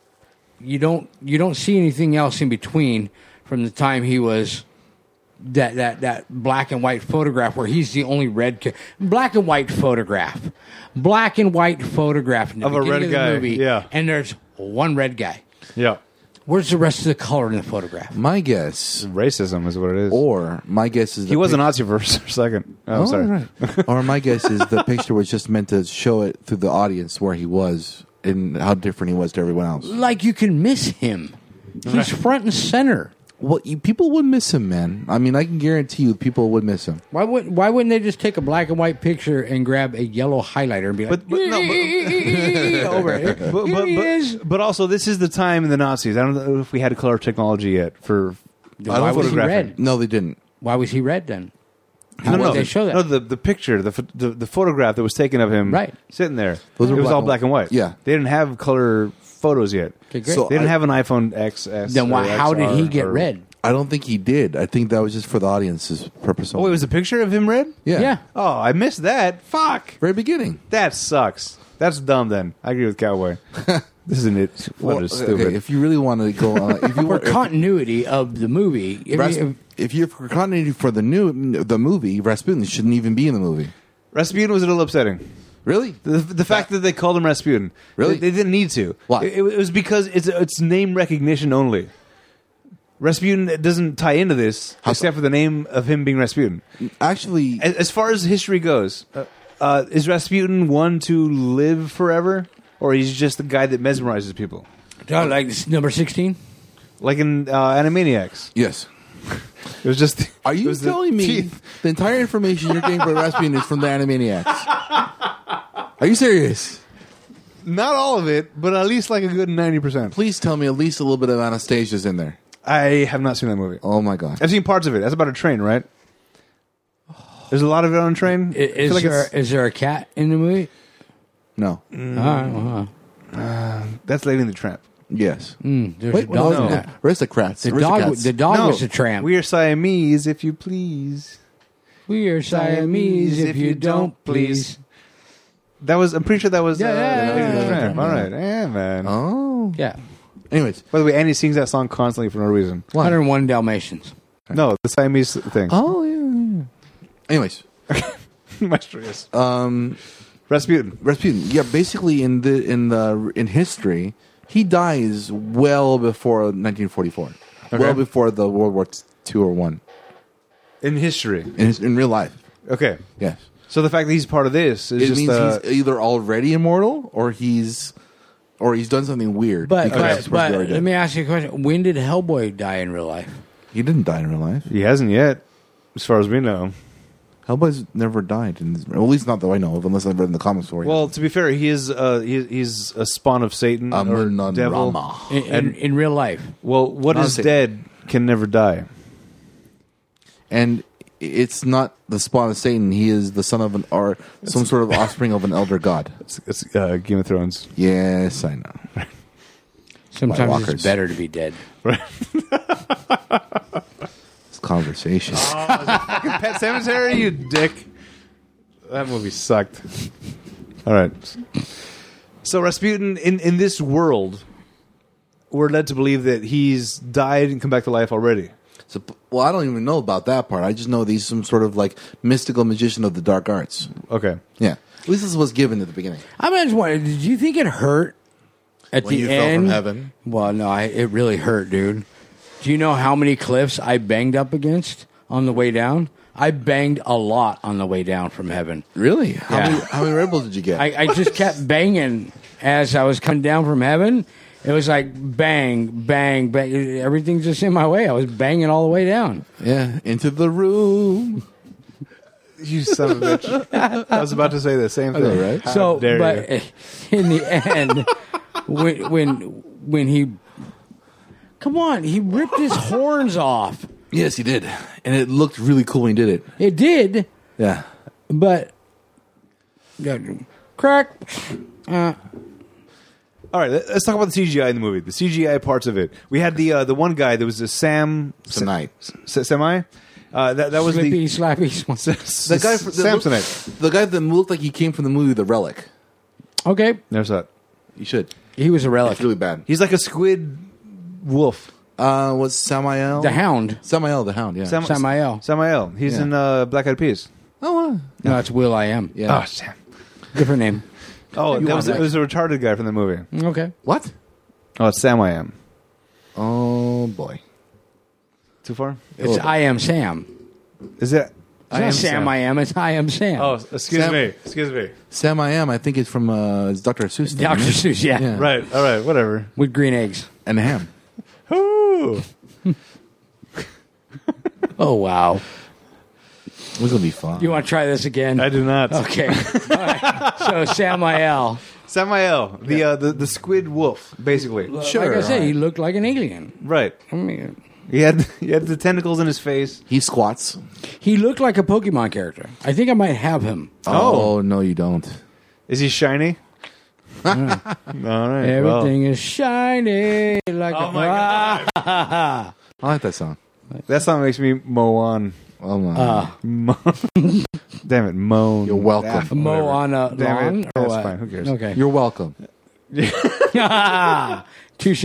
B: you don't you don't see anything else in between from the time he was that that that black and white photograph where he's the only red ca- black and white photograph, black and white photograph in the
A: Of a
B: beginning
A: red
B: of the
A: guy,
B: movie,
A: yeah.
B: and there's one red guy.
A: Yeah.
B: Where's the rest of the color in the photograph?
C: my guess,
A: Racism is what it is.
C: or my guess is
A: he was an Nazi for a second. Oh, I'm sorry.
C: right. or my guess is the picture was just meant to show it through the audience where he was and how different he was to everyone else.
B: Like you can miss him. He's front and center.
C: Well, you, people would miss him, man. I mean, I can guarantee you, people would miss him.
B: Why would why wouldn't they just take a black and white picture and grab a yellow highlighter and be like,
A: But- but no, but-
B: over it.
A: But,
B: Here
A: but,
B: he is.
A: but, but also, this is the time in the Nazis. I don't know if we had color technology yet for
B: Then why was he
A: photographing.
B: red?
C: No, they didn't.
B: Why was he red then?
A: No,
B: How
A: no,
B: would they show that?
A: No, the, the picture, the, pho- the the photograph that was taken of him,
B: Right.
A: sitting there.
C: Those
A: it
C: were
A: was
C: black
A: all
C: and-
A: black and white.
C: Yeah.
A: they didn't have color photos yet.
B: Okay, great.
C: So-
A: They didn't
C: I-
A: have an iPhone XS.
B: then why?
A: or
B: How did he
A: XR
B: get
A: or-
B: red?
C: I don't think he did. I think that was just for the audience's purpose.
A: Oh, it was a picture of him red.
C: yeah,
B: Yeah.
A: Oh, I missed that. Fuck.
C: very beginning.
A: That sucks. That's dumb. Then I agree with Cowboy. this isn't it. What
C: Well,
A: is
C: okay,
A: stupid?
C: if you really want to go on, if you
B: For
C: want, if,
B: continuity of the movie, I mean,
C: Ras-
B: if-
C: if you're for continuity for the new the movie, Rasputin shouldn't even be in the movie.
A: Rasputin was a little upsetting.
C: Really?
A: The, the fact that they called him Rasputin,
C: Really?
A: they, they didn't need to.
C: Why?
A: It, it was because it's it's name recognition only. Rasputin doesn't tie into this
C: How so?
A: except for the name of him being Rasputin.
C: Actually,
A: As, as far as history goes, uh, is Rasputin one to live forever, or he's just the guy that mesmerizes people,
B: oh, like this- number sixteen.
A: like in uh, Animaniacs?
C: yes.
A: It was just.
C: Are
A: it
C: you
A: was the
C: telling me
A: teeth.
C: the entire information you're getting for Rasputin is from the Animaniacs? Are you serious?
A: Not all of it, but at least like a good ninety percent.
C: Please tell me at least a little bit of Anastasia's in there.
A: I have not seen that movie.
C: Oh my god!
A: I've seen parts of it. That's about a train, right? There's a lot of it on a train.
B: I-
A: I
B: Is,
A: feel like
B: there
A: it's-
B: is there a cat in the movie? Uh-huh, All
C: No.
B: right, well,
A: that's Lady in the Tramp.
C: Yes.
B: hmm, there's
C: Wait,
B: a dog.
C: no,
B: in
C: no.
B: that.
C: Aristocrats.
B: The dog.
C: Aristocats.
B: The dog was a tramp.
A: We are Siamese, if you please.
B: We are Siamese if you don't please.
A: That was. I'm pretty sure that was.
B: Yeah,
A: uh,
B: yeah,
A: Lady in
B: yeah,
A: the
B: yeah,
A: Tramp.
C: yeah.
A: All right, yeah, man.
C: oh.
B: Yeah,
C: Anyways.
A: By the way, Annie sings that song constantly for no reason.
C: Why?
B: 101 Dalmatians.
A: No, the Siamese thing.
C: Oh yeah. Anyways.
A: Maestro, yes.
C: Um.
A: Rasputin.
C: Rasputin. Yeah, basically in the in the in history, he dies well before 1944, well before the World War Two or one
A: In history.
C: in his, in real life.
A: Okay.
C: Yes,
A: So the fact that he's part of this is
C: it
A: just.
C: means
A: uh,
C: he's either already immortal or he's or he's done something weird.
B: But,
C: because
B: but,
C: he's
B: but
C: supposed to be already
B: let
C: dead.
B: me ask you a question. When did Hellboy die in real life?
C: he didn't die in real life.
A: he hasn't yet, as far as we know.
C: Hellboy's never died, in, well, at least not that I know of, unless I've read in the comics for you.
A: Well, to be fair, he is uh, he, he's a spawn of Satan or
C: Amon
A: devil.
C: Rama.
B: In, in, in real life.
A: Well, what
C: Not
A: is
C: Satan.
A: dead can never die.
C: and it's not the spawn of Satan. He is the son of an or some sort of offspring of an elder god.
A: It's, it's uh, Game of Thrones.
C: Yes, I know.
B: Sometimes
C: walkers.
B: it's better to be dead.
C: It's conversation.
A: Uh, Pet Cemetery, you dick. That movie sucked. All right. So Rasputin, in in this world, we're led to believe that he's died and come back to life already.
C: So, well, I don't even know about that part. I just know that he's some sort of like mystical magician of the dark arts.
A: Okay.
C: Yeah. At least this was given at the beginning.
B: I mean, I just wondering, did you think it hurt at
C: When
B: the
C: you fell from
B: end?
C: heaven?
B: Well, no, I, it really hurt, dude. Do you know how many cliffs I banged up against on the way down? I banged a lot on the way down from heaven.
C: Really? How,
B: Yeah.
C: many, how many Red Bulls did you get?
B: I, I just kept banging as I was coming down from heaven. It was like bang, bang, bang. Everything's just in my way. I was banging all the way down.
C: yeah. Into the room.
A: You son of a bitch. I was about to say the same thing.
C: know, right?
A: How
B: so,
A: dare
B: but
A: you.
B: in the end, when when when he come on, he ripped his horns off.
C: Yes, he did. And it looked really cool when he did it.
B: It did,
C: Yeah.
B: but yeah, crack. Uh,
A: All right, let- let's talk about the CGI in the movie. The CGI parts of it. We had the uh, the one guy that was a Sam
C: Samite.
A: S- semi. Uh, that that was
B: slippy,
A: the
B: slappy.
C: The guy, fr- that looked-
A: Samsonite.
C: the guy that looked like he came from the movie The Relic.
B: Okay,
A: Never saw it.
C: You should.
B: he was a relic.
C: It's really bad.
A: He's like a squid wolf.
C: Uh, was Samael?
B: The Hound.
C: Samael the Hound, yeah.
A: Sam-
B: Samael.
A: Samael. He's
C: Yeah.
A: in uh, Black Eyed Peas.
C: oh, uh,
B: No, it's Will. I am.
C: yeah.
A: Oh, Sam.
B: Different name.
A: Oh, that
C: are
A: was, it
C: right.
A: was a retarded guy from the movie.
B: Okay.
C: What?
A: Oh, it's Sam I am.
C: Oh, boy.
A: Too far?
B: It's I am Sam.
A: Is it?
B: It's not Sam, I am. It's I am Sam.
A: Oh, excuse
C: Sam-
A: me. Excuse me.
C: Sam I Am, I think it's from uh, it's Dr. Seuss. thing,
B: Dr.
C: right?
B: Seuss. Yeah.
C: Yeah.
A: Right. All right. Whatever.
B: With green eggs.
C: And Ham.
A: Ooh.
B: Oh wow.
C: It was going to be fun.
B: You want to try this again?
A: I do not.
B: Okay. All right. So Samael.
A: Samael, the, uh, the the squid wolf, basically.
C: Sure,
B: Like I said,
C: all right.
B: he looked like an alien.
A: Right.
B: I mean,
A: He had he had the tentacles in his face.
C: He squats.
B: he looked like a Pokemon character. I think I might have him.
A: Oh.
C: no, you don't.
A: Is he shiny? All right. well.
B: Everything is shiny like
A: Oh
B: a
A: my God.
C: I like that song.
A: That song makes me moan.
C: Oh my!
B: Uh.
A: Damn it, moan.
C: You're welcome.
A: Laugh,
B: Mo
A: whatever.
B: on a
A: Damn
B: long
A: it.
B: or
A: That's
B: what?
A: fine. Who cares?
B: Okay.
C: You're welcome.
B: Touche.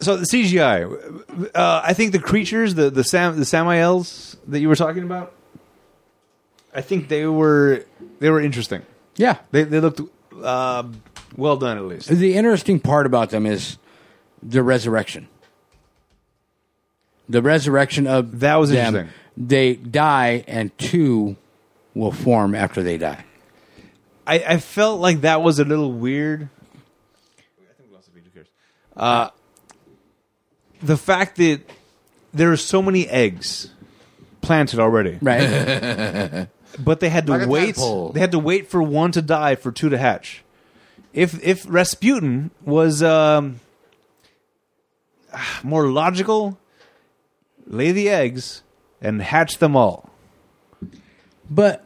A: So the CGI. Uh, I think the creatures, the the Sam the Samaels that you were talking about, I think they were they were interesting.
B: Yeah.
A: They they looked uh, well done at least.
B: The interesting part about them is the resurrection. The resurrection of
A: That was
B: them.
A: interesting.
B: They die, and two will form after they die.
A: I, I felt like that was a little weird. I think we lost the video. Who cares? Uh, the fact that there are so many eggs planted already,
B: Right.
A: but they had to
C: Like a
A: wait.
C: tadpole.
A: They had to wait for one to die for two to hatch. If if Rasputin was um, ah, more logical, lay the eggs and hatch them all.
B: but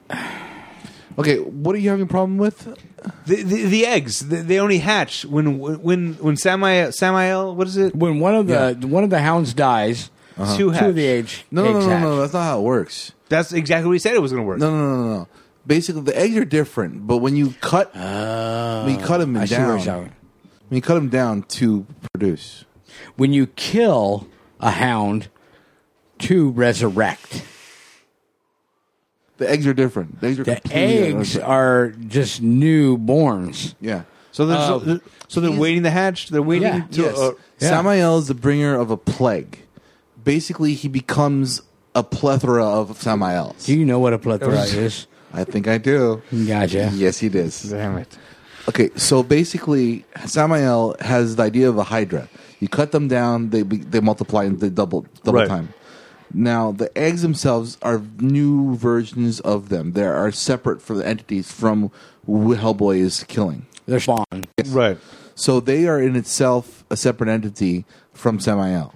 C: Okay, what are you having a problem with?
A: The the, the eggs they- they only hatch when when when Samael Samael what is it
B: when one of the one of the hounds dies,
A: Two
B: Uh-huh. two
A: hatch.
B: of the age
C: No, no, no,
B: eggs
C: no,
B: hatch.
C: no. That's not how it works.
A: That's exactly what he said it was going to work.
C: No, no, no, no, no. Basically, the eggs are different, but when you cut, when you cut them
B: Oh, I see where
C: down,
B: he's going.
C: when you cut them down to produce.
B: When you kill a hound to resurrect,
C: The eggs are different. The eggs are
B: the
C: completely
B: eggs
C: different.
B: are just newborns.
C: yeah.
A: So they're, so
B: Uh,
A: they're, so they're
C: he's-
A: waiting to hatch. They're waiting
B: Yeah.
A: to.
C: yes.
A: uh,
B: yeah.
C: Samael is the bringer of a plague. Basically, he becomes a plethora of Samaels.
B: Do you know what a plethora is?
C: I think I do.
B: Gotcha.
C: Yes, he does.
A: damn it.
C: Okay, so basically, Samael has the idea of a Hydra. You cut them down, they be, they multiply and they double double
A: Right.
C: time. Now the eggs themselves are new versions of them. They are separate from the entities from who Hellboy is killing.
B: They're spawn.
A: Right.
C: So they are in itself a separate entity from Samael.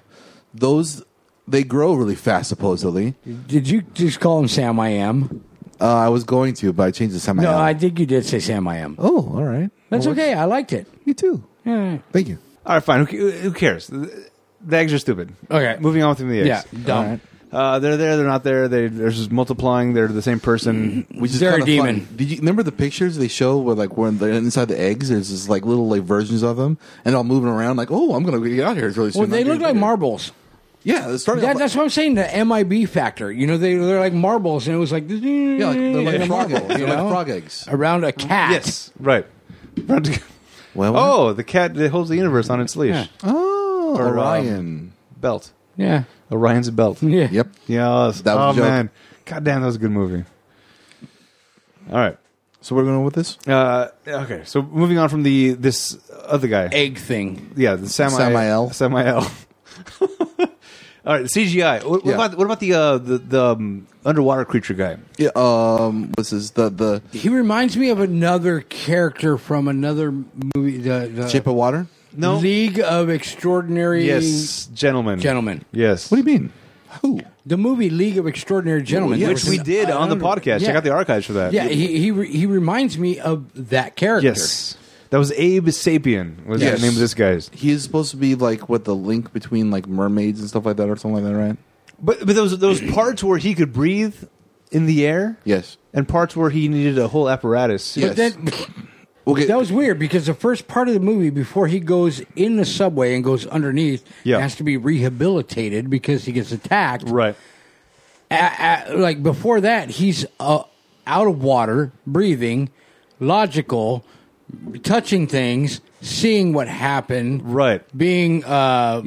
C: Those they grow really fast, supposedly.
B: Did you just call him Sam I Am?
C: Uh, I was going to, but I changed to Samael.
B: No, I think you did say Sam I Am.
C: oh, all right.
B: That's
C: Well,
B: okay. I liked it.
C: You too.
B: Yeah.
C: Thank you.
A: All right. Fine. Who, ca- who cares? The, the eggs are stupid.
B: Okay.
A: Moving on from the
B: Yeah.
A: eggs.
B: Dumb.
C: All right.
A: Uh, they're there. They're not there. They, they're just multiplying. They're the same person.
C: Which is
B: They're a
C: kinda
B: demon.
C: funny. Did you remember the pictures they show where like when they're inside the eggs? There's just like little like versions of them, and all moving around like, oh, I'm gonna get out here. It's really soon.
B: Well, they
C: I'm
B: look
C: gonna
B: like
C: get out
B: marbles.
C: here." Yeah, it's starting.
B: That,
C: off
B: that's what I'm saying. The MIB factor. You know, they they're like marbles, and it was like
C: like, yeah, like, they're like
B: a
C: frog
B: marble,
C: eggs. They're
B: you
C: like
B: know?
C: frog eggs.
B: around a cat.
A: Yes. Right. Run to-
C: Well,
A: oh, the cat that holds the universe on its leash.
B: Yeah.
C: oh,
A: Or, um,
C: Orion.
A: Belt.
B: Yeah.
A: Orion's belt.
B: Yeah.
C: yep.
A: Yes.
C: That was
A: oh
C: a joke.
A: man. God damn, that was a good movie. All right.
C: So we're going with this.
A: Uh, okay. So moving on from the this other guy.
B: Egg thing.
A: Yeah, the Sami-
C: Samael.
A: Samael. All right, CGI. What, what
C: Yeah.
A: about what about the uh, the, the um, underwater creature guy?
C: Yeah. Um. What's this? The the
B: He reminds me of another character from another movie. The, the
C: shape of water.
A: No.
B: League of Extraordinary
A: Yes, gentlemen.
B: Gentlemen.
A: Yes.
C: What do you mean? Who?
B: The movie League of Extraordinary Gentlemen,
C: yeah,
B: There
A: Which
B: was
A: we
B: an-
A: did
B: uh,
A: on the
B: under-
A: podcast. Check
B: yeah.
A: out the archives for that.
B: Yeah, he he, re- he reminds me of that character.
A: Yes. That was Abe Sapien. Was
B: Yes.
A: the name of this guy's?
C: He is supposed to be like what the link between like mermaids and stuff like that, or something like that, right?
A: But but those those parts where he could breathe in the air,
C: Yes.
A: and parts where he needed a whole apparatus.
C: Yes.
B: Then,
C: Okay.
B: that was weird because the first part of the movie before he goes in the subway and goes underneath
A: Yeah.
B: has to be rehabilitated because he gets attacked.
A: Right.
B: A- a- like before that, he's uh, out of water, breathing, logical, touching things, seeing what happened,
A: Right.
B: being uh,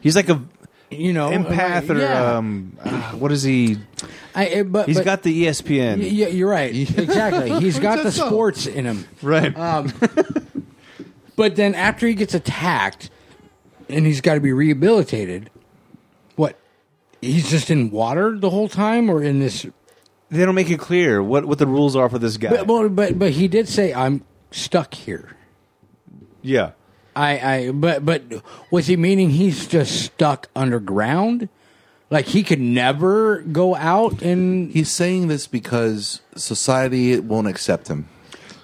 A: He's like a
B: you know
A: empath or
B: Oh, yeah.
A: um, uh, what is he?
B: I, it- but,
A: He's
B: but-
A: got the E ESPN.
B: Y- Yeah, you're right. Exactly. He's got the
C: That's so.
B: sports in him.
A: Right.
B: But then after he gets attacked and he's got to be rehabilitated, what? He's just in water the whole time or in this
A: they don't make it clear what, what the rules are for this guy.
B: But but but, but he did say I'm stuck here.
A: yeah.
B: I I but but was he meaning he's just stuck underground? Like he could never go out and
C: He's saying this because society won't accept him.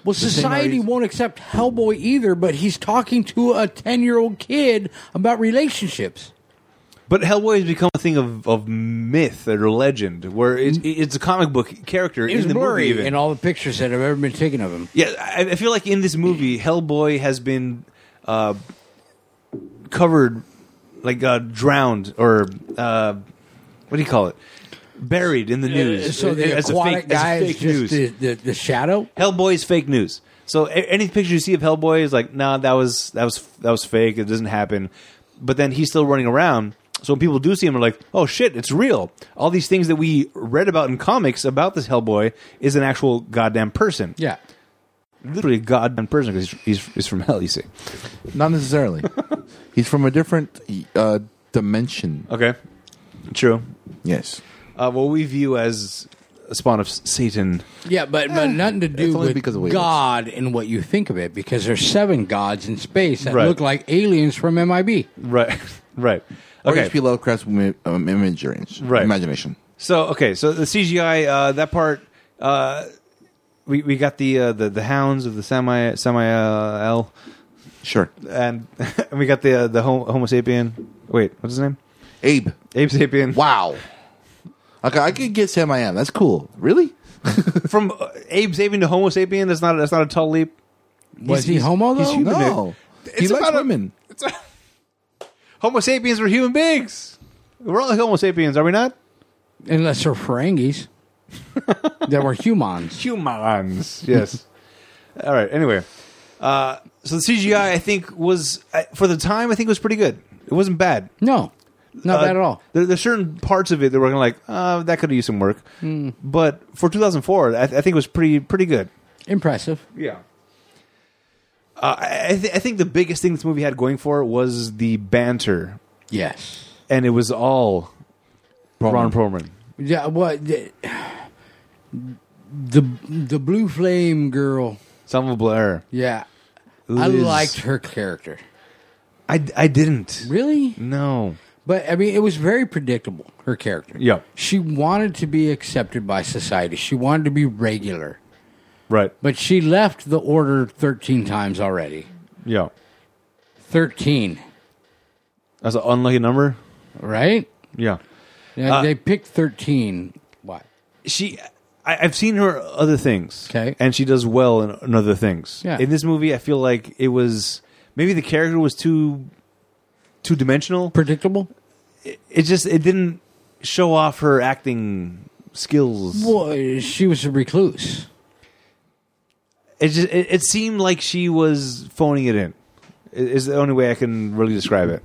B: well
C: same
B: society
C: reason-
B: won't accept Hellboy either, but he's talking to a 10-year-old kid about relationships.
A: But Hellboy has become a thing of, of myth or legend, where it's, it's a comic book character
B: Mm. It was
A: in the
B: blurry
A: movie. Even.
B: in all the pictures that have ever been taken of him.
A: Yeah, I, I feel like in this movie, Hellboy has been uh, covered, like uh, drowned or uh, what do you call it? Buried in the news.
B: Uh, So the
A: As a
B: aquatic
A: fake- as
B: guy is
A: fake
B: just the, the, the shadow.
A: Hellboy is fake news. So a- any picture you see of Hellboy is like, nah, that was that was that was fake. It doesn't happen. But then he's still running around. So when people do see him, they're like, oh shit, it's real. All these things that we read about in comics about this Hellboy is an actual goddamn person.
B: Yeah.
A: Literally a goddamn person because he's, he's, he's from hell, you see.
C: Not necessarily. He's from a different uh, dimension.
A: Okay. True.
C: Yes.
A: Uh, what we view as a spawn of s- Satan.
B: Yeah, but, but nothing to
C: it's
B: do
C: only
B: with
C: because of what it
B: God and what you think of it, because there's seven gods in space that
A: Right.
B: look like aliens from MIB.
A: Right. right.
C: Or
A: Okay.
C: H.P. Lovecraft's um, imagery,
A: Right.
C: imagination.
A: So okay, so the CGI uh, that part, uh, we we got the uh, the the hounds of the semi semi uh, L,
C: Sure.
A: and and we got the uh, the homo, homo sapien. Wait, what's his name?
C: Abe.
A: Ape sapien.
C: Wow. Okay, I could get Sam I am. That's cool. Really?
A: From uh, Abe sapien to Homo sapien, that's not that's not a tall leap.
B: Was he homo, though?
A: human.
C: No. he
A: Oh, It's
C: likes
A: about a-
C: women.
A: Homo sapiens were human beings. We're all Homo sapiens, are we not?
B: Unless they're Ferengis. they were humans.
A: humans. Yes. All right. Anyway, uh, so the CGI I think was I- for the time I think was pretty good. It wasn't bad.
B: No, not
A: Uh,
B: bad at all.
A: There, there's certain parts of it that were kinda like uh, that could have used some work,
B: Hmm.
A: but for 2004, I, I think it was pretty pretty good.
B: Impressive.
A: Yeah. Uh, I, I thi- I think the biggest thing this movie had going for it was the banter,
B: Yes.
A: and it was all Ron Perlman.
B: Yeah. What the the, the blue flame girl?
A: Selma Blair.
B: Yeah, I
A: Liz.
B: liked her character.
A: I, I didn't.
B: Really?
A: No.
B: But I mean, it was very predictable. Her character.
A: Yeah.
B: She wanted to be accepted by society. She wanted to be regular.
A: Right.
B: But she left the order thirteen times already.
A: Yeah.
B: Thirteen,
A: That's an unlucky number.
B: right?
A: Yeah.
B: Yeah,
A: Uh,
B: they picked thirteen. What?
A: She I, I've seen her other things.
B: Okay.
A: And she does well in, in other things.
B: Yeah.
A: In this movie I feel like it was maybe the character was too two dimensional.
B: Predictable.
A: It just it didn't show off her acting skills.
B: Well, Uh, she was a recluse.
A: It just it, it seemed like she was phoning it in. i- Is the only way I can really describe it.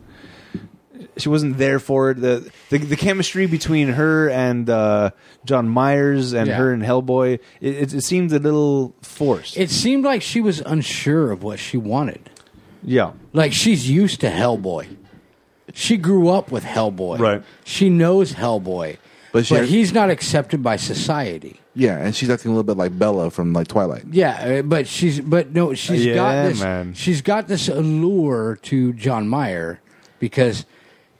A: She wasn't there for it. The the, the chemistry between her and uh, John Myers and
B: Yeah.
A: her and Hellboy it, it, it seemed a little forced.
B: It seemed like she was unsure of what she wanted.
A: yeah,
B: Like she's used to Hellboy. She grew up with Hellboy.
A: Right.
B: She knows Hellboy.
C: But
B: But,
C: she-
B: he's not accepted by society.
C: Yeah, and she's acting a little bit like Bella from like Twilight.
B: Yeah, uh, but she's but no, she's got
A: Yeah,
B: this
A: man.
B: she's got this allure to John Mayer because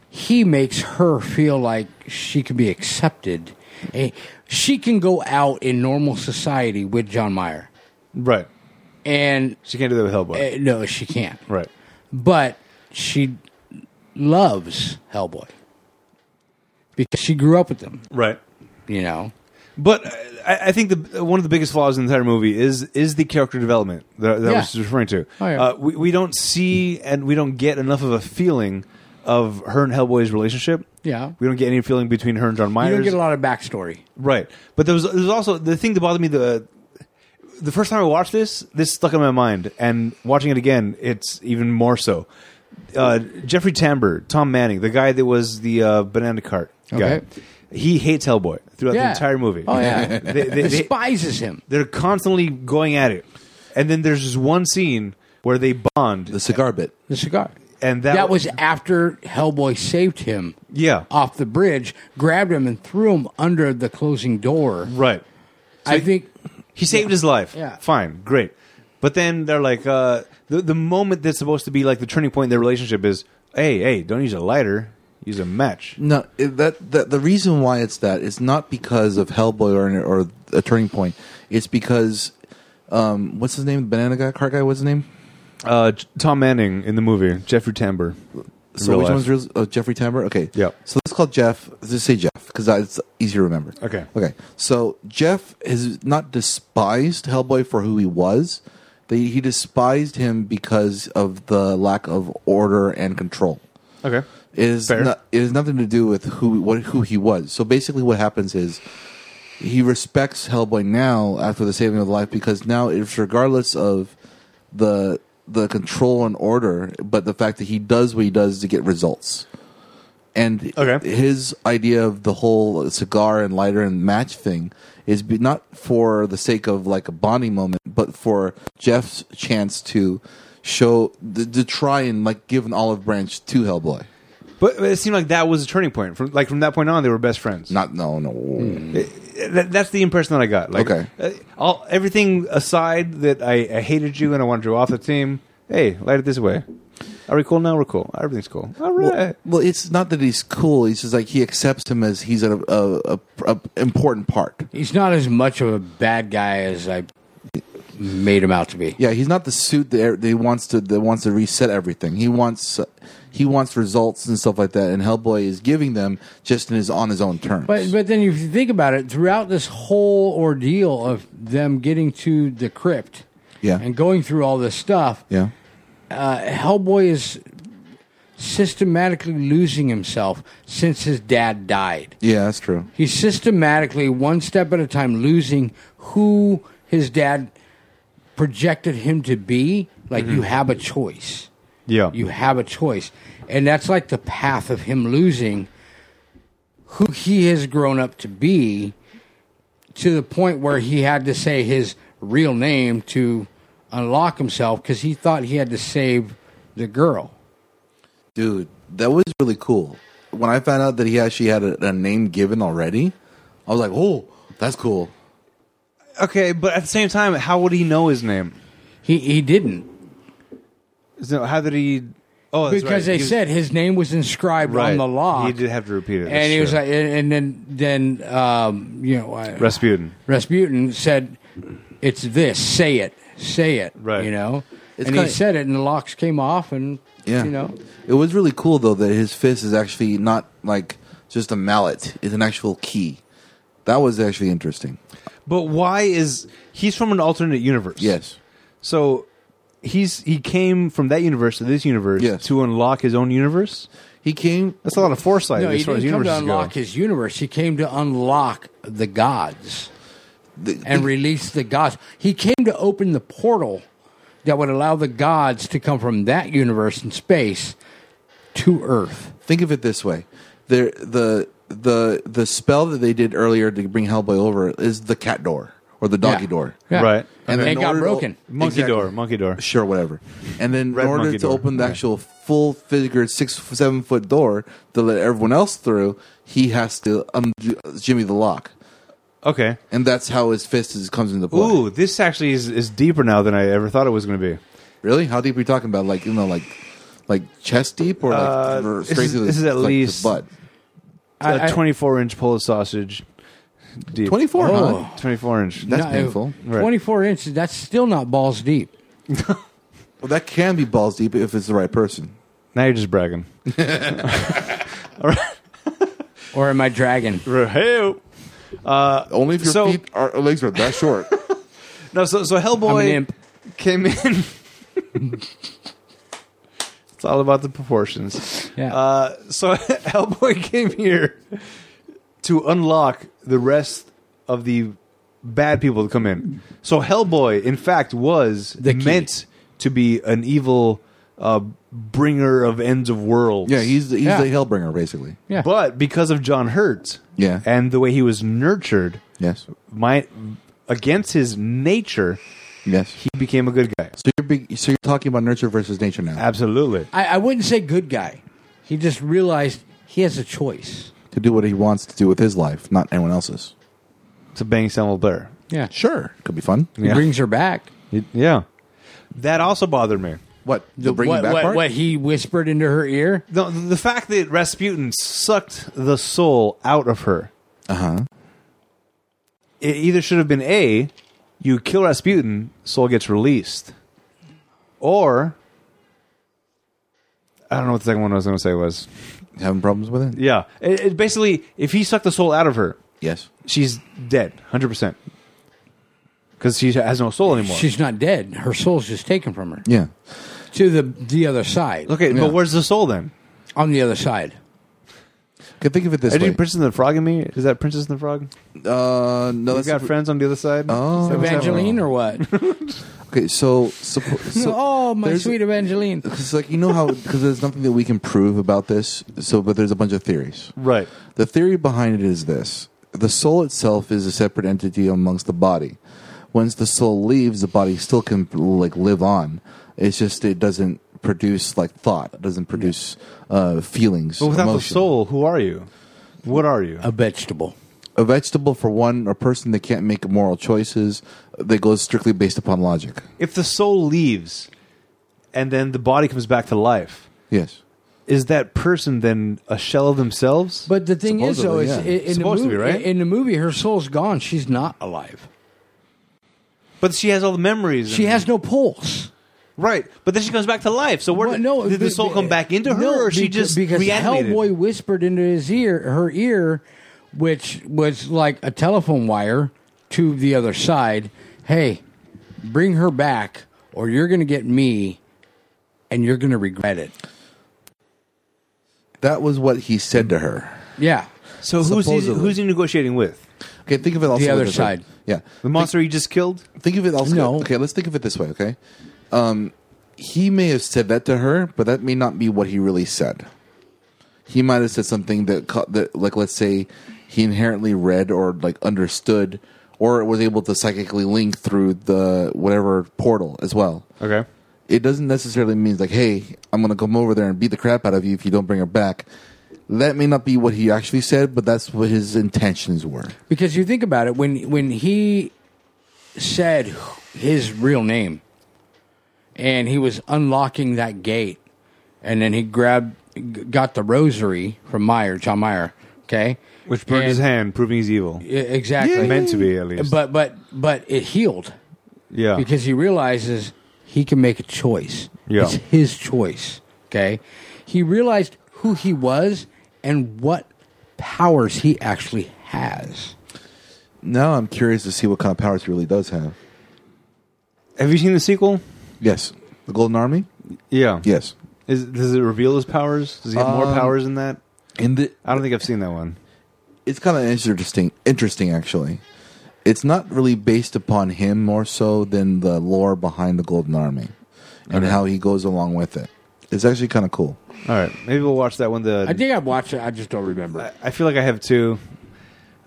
B: he makes her feel like she can be accepted. Eh, She can go out in normal society with John Mayer.
A: right.
B: And
A: She can't do that with Hellboy.
B: eh, no, she can't.
A: right.
B: but she loves Hellboy because she grew up with them.
A: Right.
B: You know,
A: But uh, I, I think the one of the biggest flaws in the entire movie is is the character development that, that I
B: Yeah.
A: was referring to.
B: Oh, yeah.
A: uh, we, we don't see and we don't get enough of a feeling of her and Hellboy's relationship.
B: Yeah.
A: we don't get any feeling between her and John Myers.
B: you don't get a lot of backstory.
A: right? But there was there's also the thing that bothered me the the first time I watched this, this stuck in my mind, and watching it again, it's even more so. Uh, Jeffrey Tambor, Tom Manning, the guy that was the uh, banana cart guy,
B: Okay.
A: he hates Hellboy throughout the
B: Yeah.
A: entire movie.
B: Oh, yeah.
A: They- they- they-
B: Despises him.
A: they're constantly going at it, and then there's this one scene where they bond,
C: The cigar bit.
B: The cigar.
A: and that,
B: That, was after Hellboy saved him
A: yeah,
B: off the bridge, grabbed him and threw him under the closing door.
A: right.
B: I think
A: He saved his life.
B: Yeah.
A: fine, great. But then they're like, uh, the the moment that's supposed to be like the turning point in their relationship is, hey, hey, don't use a lighter, use a match.
C: No, it- that, that the reason why it's that is not because of Hellboy or or a turning point. It's because um, what's his name? Banana guy, cart guy. What's his name?
A: Uh, J- Tom Manning in the movie, Jeffrey Tambor.
C: So
A: real
C: which
A: life.
C: one's real? Oh, Jeffrey Tambor. Okay.
A: Yep.
C: So let's call Jeff. Let's just say Jeff because it's easy to remember.
A: Okay.
C: Okay. So Jeff has not despised Hellboy for who he was. They, he despised him because of the lack of order and control.
A: Okay.
C: It is
A: Fair.
C: not, it has nothing to do with who what who he was. So basically, what happens is he respects Hellboy now after the saving of the life because now it's regardless of the the control and order, but the fact that he does what he does to get results. And
A: Okay.
C: his idea of the whole cigar and lighter and match thing is be, not for the sake of like a bonding moment, but for Jeff's chance to show to, to try and like give an olive branch to Hellboy.
A: But but it seemed like that was a turning point. From like from that point on, they were best friends.
C: Not no no.
A: That, that's the impression that I got. Like,
C: Okay.
A: uh, all everything aside that I, I hated you and I wanted you off the team. Hey, light it this way. Are we cool now? We're cool. Everything's cool. All right.
C: Well, well, it's not that he's cool. He's just like he accepts him as he's a, a, a, a important part.
B: He's not as much of a bad guy as I made him out to be.
C: Yeah, he's not the suit that, er- that he wants to that wants to reset everything. He wants he wants results and stuff like that. And Hellboy is giving them just in his on his own terms.
B: But but then if you think about it, throughout this whole ordeal of them getting to the crypt,
C: Yeah.
B: and going through all this stuff,
C: yeah,
B: uh, Hellboy is systematically losing himself since his dad died.
C: yeah, that's true.
B: He's systematically, one step at a time, losing who his dad projected him to be. Like you have a choice.
A: yeah.
B: You have a choice. And that's like the path of him losing who he has grown up to be to the point where he had to say his real name to unlock himself because he thought he had to save the girl.
C: Dude, that was really cool. When I found out that he actually had a, a name given already, I was like, oh, that's cool.
A: okay, but at the same time, how would he know his name?
B: He, he didn't
A: So how did he? Oh, that's
B: because
A: right.
B: they
A: He was-
B: said his name was inscribed
A: Right.
B: on the lock.
A: He did have to repeat it. That's
B: and he was
A: true.
B: like, and, and then then um, you know I-
A: Rasputin.
B: Rasputin said, "It's this. Say it. Say it."
A: Right.
B: You know.
C: It's
B: and
C: kinda-
B: he said it, and the locks came off, and
C: Yeah,
B: you know,
C: it was really cool though that his fist is actually not like just a mallet; it's an actual key. That was actually interesting.
A: But why is he's from an alternate universe?
C: Yes.
A: So he's he came from that universe to this universe
C: Yes.
A: to unlock his own universe.
C: He came.
A: That's a lot of foresight
B: no,
A: as
B: he
A: far as
B: didn't come to
A: universes
B: unlock
A: go.
B: his universe. He came to unlock the gods
C: The,
B: and release the gods. He came to open the portal that would allow the gods to come from that universe in space to Earth.
C: think of it this way: there, the the the spell that they did earlier to bring Hellboy over is the cat door or the doggy
B: Yeah.
C: door.
B: Yeah.
A: Right.
B: And
C: then
B: it
C: in
B: got
C: order to-
B: broken.
A: Monkey
C: Exactly.
A: door, monkey door.
C: sure, whatever. And then
A: Red
C: in order
A: monkey
C: to
A: door.
C: open the actual full figure six seven foot door to let everyone else through, he has to undo Jimmy the lock,
A: Okay.
C: and that's how his fist is, comes into play.
A: Ooh, this actually is, is deeper now than I ever thought it was going to be.
C: Really? How deep are you talking about? Like you know, like like chest deep or like
A: Uh,
C: or
A: this
C: straight
A: is-
C: through the,
A: this is at
C: like, the
A: least-
C: butt?
B: I-
A: A
B: I-
A: 24 inch pull of sausage. Deep.
C: Twenty four,
B: Oh.
C: huh?
A: 24 inch.
C: That's painful.
A: Right.
B: Twenty-four inches. That's still not balls deep.
C: Well, that can be balls deep if it's the right person.
A: now you're just bragging.
B: Or am I dragging?
A: Uh, Hey. oh.
C: Only if your
A: So-
C: feet are legs are that short.
A: No, so, so
B: I'm an
A: Hellboy
B: imp.
A: came in. it's all about the proportions.
B: Yeah.
A: Uh, so Hellboy came here to unlock the rest of the bad people to come in. So Hellboy, in fact, was
B: The key.
A: meant to be an evil uh, bringer of ends of worlds.
C: yeah, he's the, he's
B: Yeah.
C: the hellbringer basically.
B: Yeah.
A: But because of John Hurt,
C: Yeah.
A: and the way he was nurtured,
C: Yes.
A: my against his nature,
C: Yes.
A: he became a good guy.
C: so you're big, so you're talking about nurture versus nature now
A: Absolutely.
B: I, I wouldn't say good guy. He just realized he has a choice.
C: to do what he wants to do with his life, not anyone else's.
A: to bang Samuel Blair.
B: Yeah.
C: Sure, could be fun.
B: He
A: Yeah.
B: brings her back.
A: Y- Yeah. That also bothered me.
C: What the, bringing
B: what,
C: back
B: what,
C: part?
B: what he whispered into her ear.
A: The, the fact that Rasputin sucked the soul out of her.
C: Uh
A: Uh-huh.
C: huh.
A: It either should have been A, you kill Rasputin, soul gets released. Or I don't know what the second one I was going to say was.
C: Having problems with it?
A: Yeah, it, it basically if he sucked the soul out of her,
C: Yes.
A: she's dead, hundred percent, because she has no soul anymore.
B: She's not dead. Her soul's just taken from her
C: Yeah.
B: to the the other side.
A: okay,
C: Yeah.
A: but where's the soul then?
B: on the other side.
C: Okay, think of it this
A: Is
C: way.
A: Princess and the Frog in me? Is that Princess and the Frog?
B: Oh,
C: uh, no,
A: We've
C: that's
A: got friends on the other side.
C: Oh.
A: Is that what's happening?
B: Evangeline or what?
C: okay. So, suppo- so
B: oh, my
C: there's-
B: sweet Evangeline.
C: It's like you know how because there's nothing that we can prove about this. So, but there's a bunch of theories.
A: Right.
C: The theory behind it is this: the soul itself is a separate entity amongst the body. Once the soul leaves, the body still can like live on. It's just it doesn't produce like thought. It doesn't produce uh, feelings.
A: But without
C: emotion.
A: the soul, who are you? What are you?
B: A vegetable.
C: a vegetable for one, a person that can't make moral choices that goes strictly based upon logic.
A: If the soul leaves and then the body comes back to life,
C: Yes.
A: is that person then a shell of themselves?
B: But the thing is, though, is
C: Supposedly, yeah.
B: i- in, the
A: Supposed
B: movie,
A: to be, right?
B: in the movie, her soul's gone. She's not alive.
A: but she has all the memories.
B: She
A: and-
B: has no pulse.
A: right. But then she comes back to life. So where
B: Well, no,
A: did the
B: be-
A: soul come back into her,
B: no,
A: or she
B: beca-
A: just
B: because
A: reanimated?
B: Hellboy whispered into his ear, her ear, which was like a telephone wire to the other side. Hey, bring her back, or you're going to get me, and you're going to regret it.
C: That was what he said to her.
B: Yeah,
A: So who's he,
C: Supposedly.
A: who's he negotiating with?
C: Okay, think of it also
B: The other
C: this way.
B: side.
C: Yeah.
A: The monster he just killed.
C: Think of it also.
B: No.
C: Okay, let's think of it this way, okay? Um, he may have said that to her, but that may not be what he really said. He might have said something that, ca- that like, let's say he inherently read or, like, understood or was able to psychically link through the whatever portal as well.
A: Okay.
C: it doesn't necessarily mean like, hey, I'm gonna come over there and beat the crap out of you if you don't bring her back. That may not be what he actually said, but that's what his intentions were.
B: because you think about it when when he said his real name and he was unlocking that gate and then he grabbed g- got the rosary from Meyer John Meyer okay
A: Which burned his
B: And-
A: hand, proving he's evil.
B: e- exactly
A: Meant to be at least.
B: but but but it healed
A: yeah.
B: because he realizes he can make a choice
A: Yeah.
B: it's his choice okay he realized who he was and what powers he actually has
C: Now I'm curious to see what kind of powers he really does have.
A: Have you seen the sequel?
C: Yes, the Golden Army.
A: Yeah.
C: Yes,
A: Is, does it reveal his powers? Does he have more
C: Um,
A: powers than that?
C: and the,
A: I don't think I've seen that one.
C: it's kind of interesting. Interesting, actually. It's not really based upon him more so than the lore behind the Golden Army and how he goes along with it. It's actually kind of cool.
A: All right, maybe we'll watch that one. The
B: I think I've watched it. I just don't remember.
A: I feel like I have two,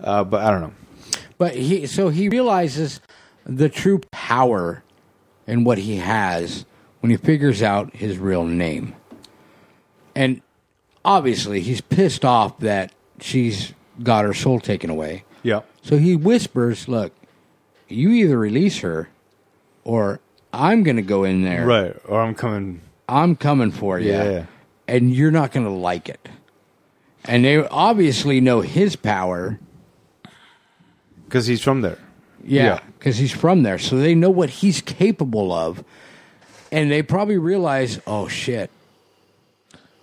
A: uh, but I don't know.
B: But he, so he realizes the true power and what he has when he figures out his real name. And obviously, he's pissed off that she's got her soul taken away.
A: Yeah,
B: So he whispers, "Look, you either release her, or I'm going to go in there.
A: right. Or I'm coming.
B: I'm coming for you,
A: Yeah.
B: and you're not going to like it." And they obviously know his power.
A: because he's from there.
B: Yeah,
A: Yeah.
B: because he's from there, so they know what he's capable of, and they probably realize, oh shit,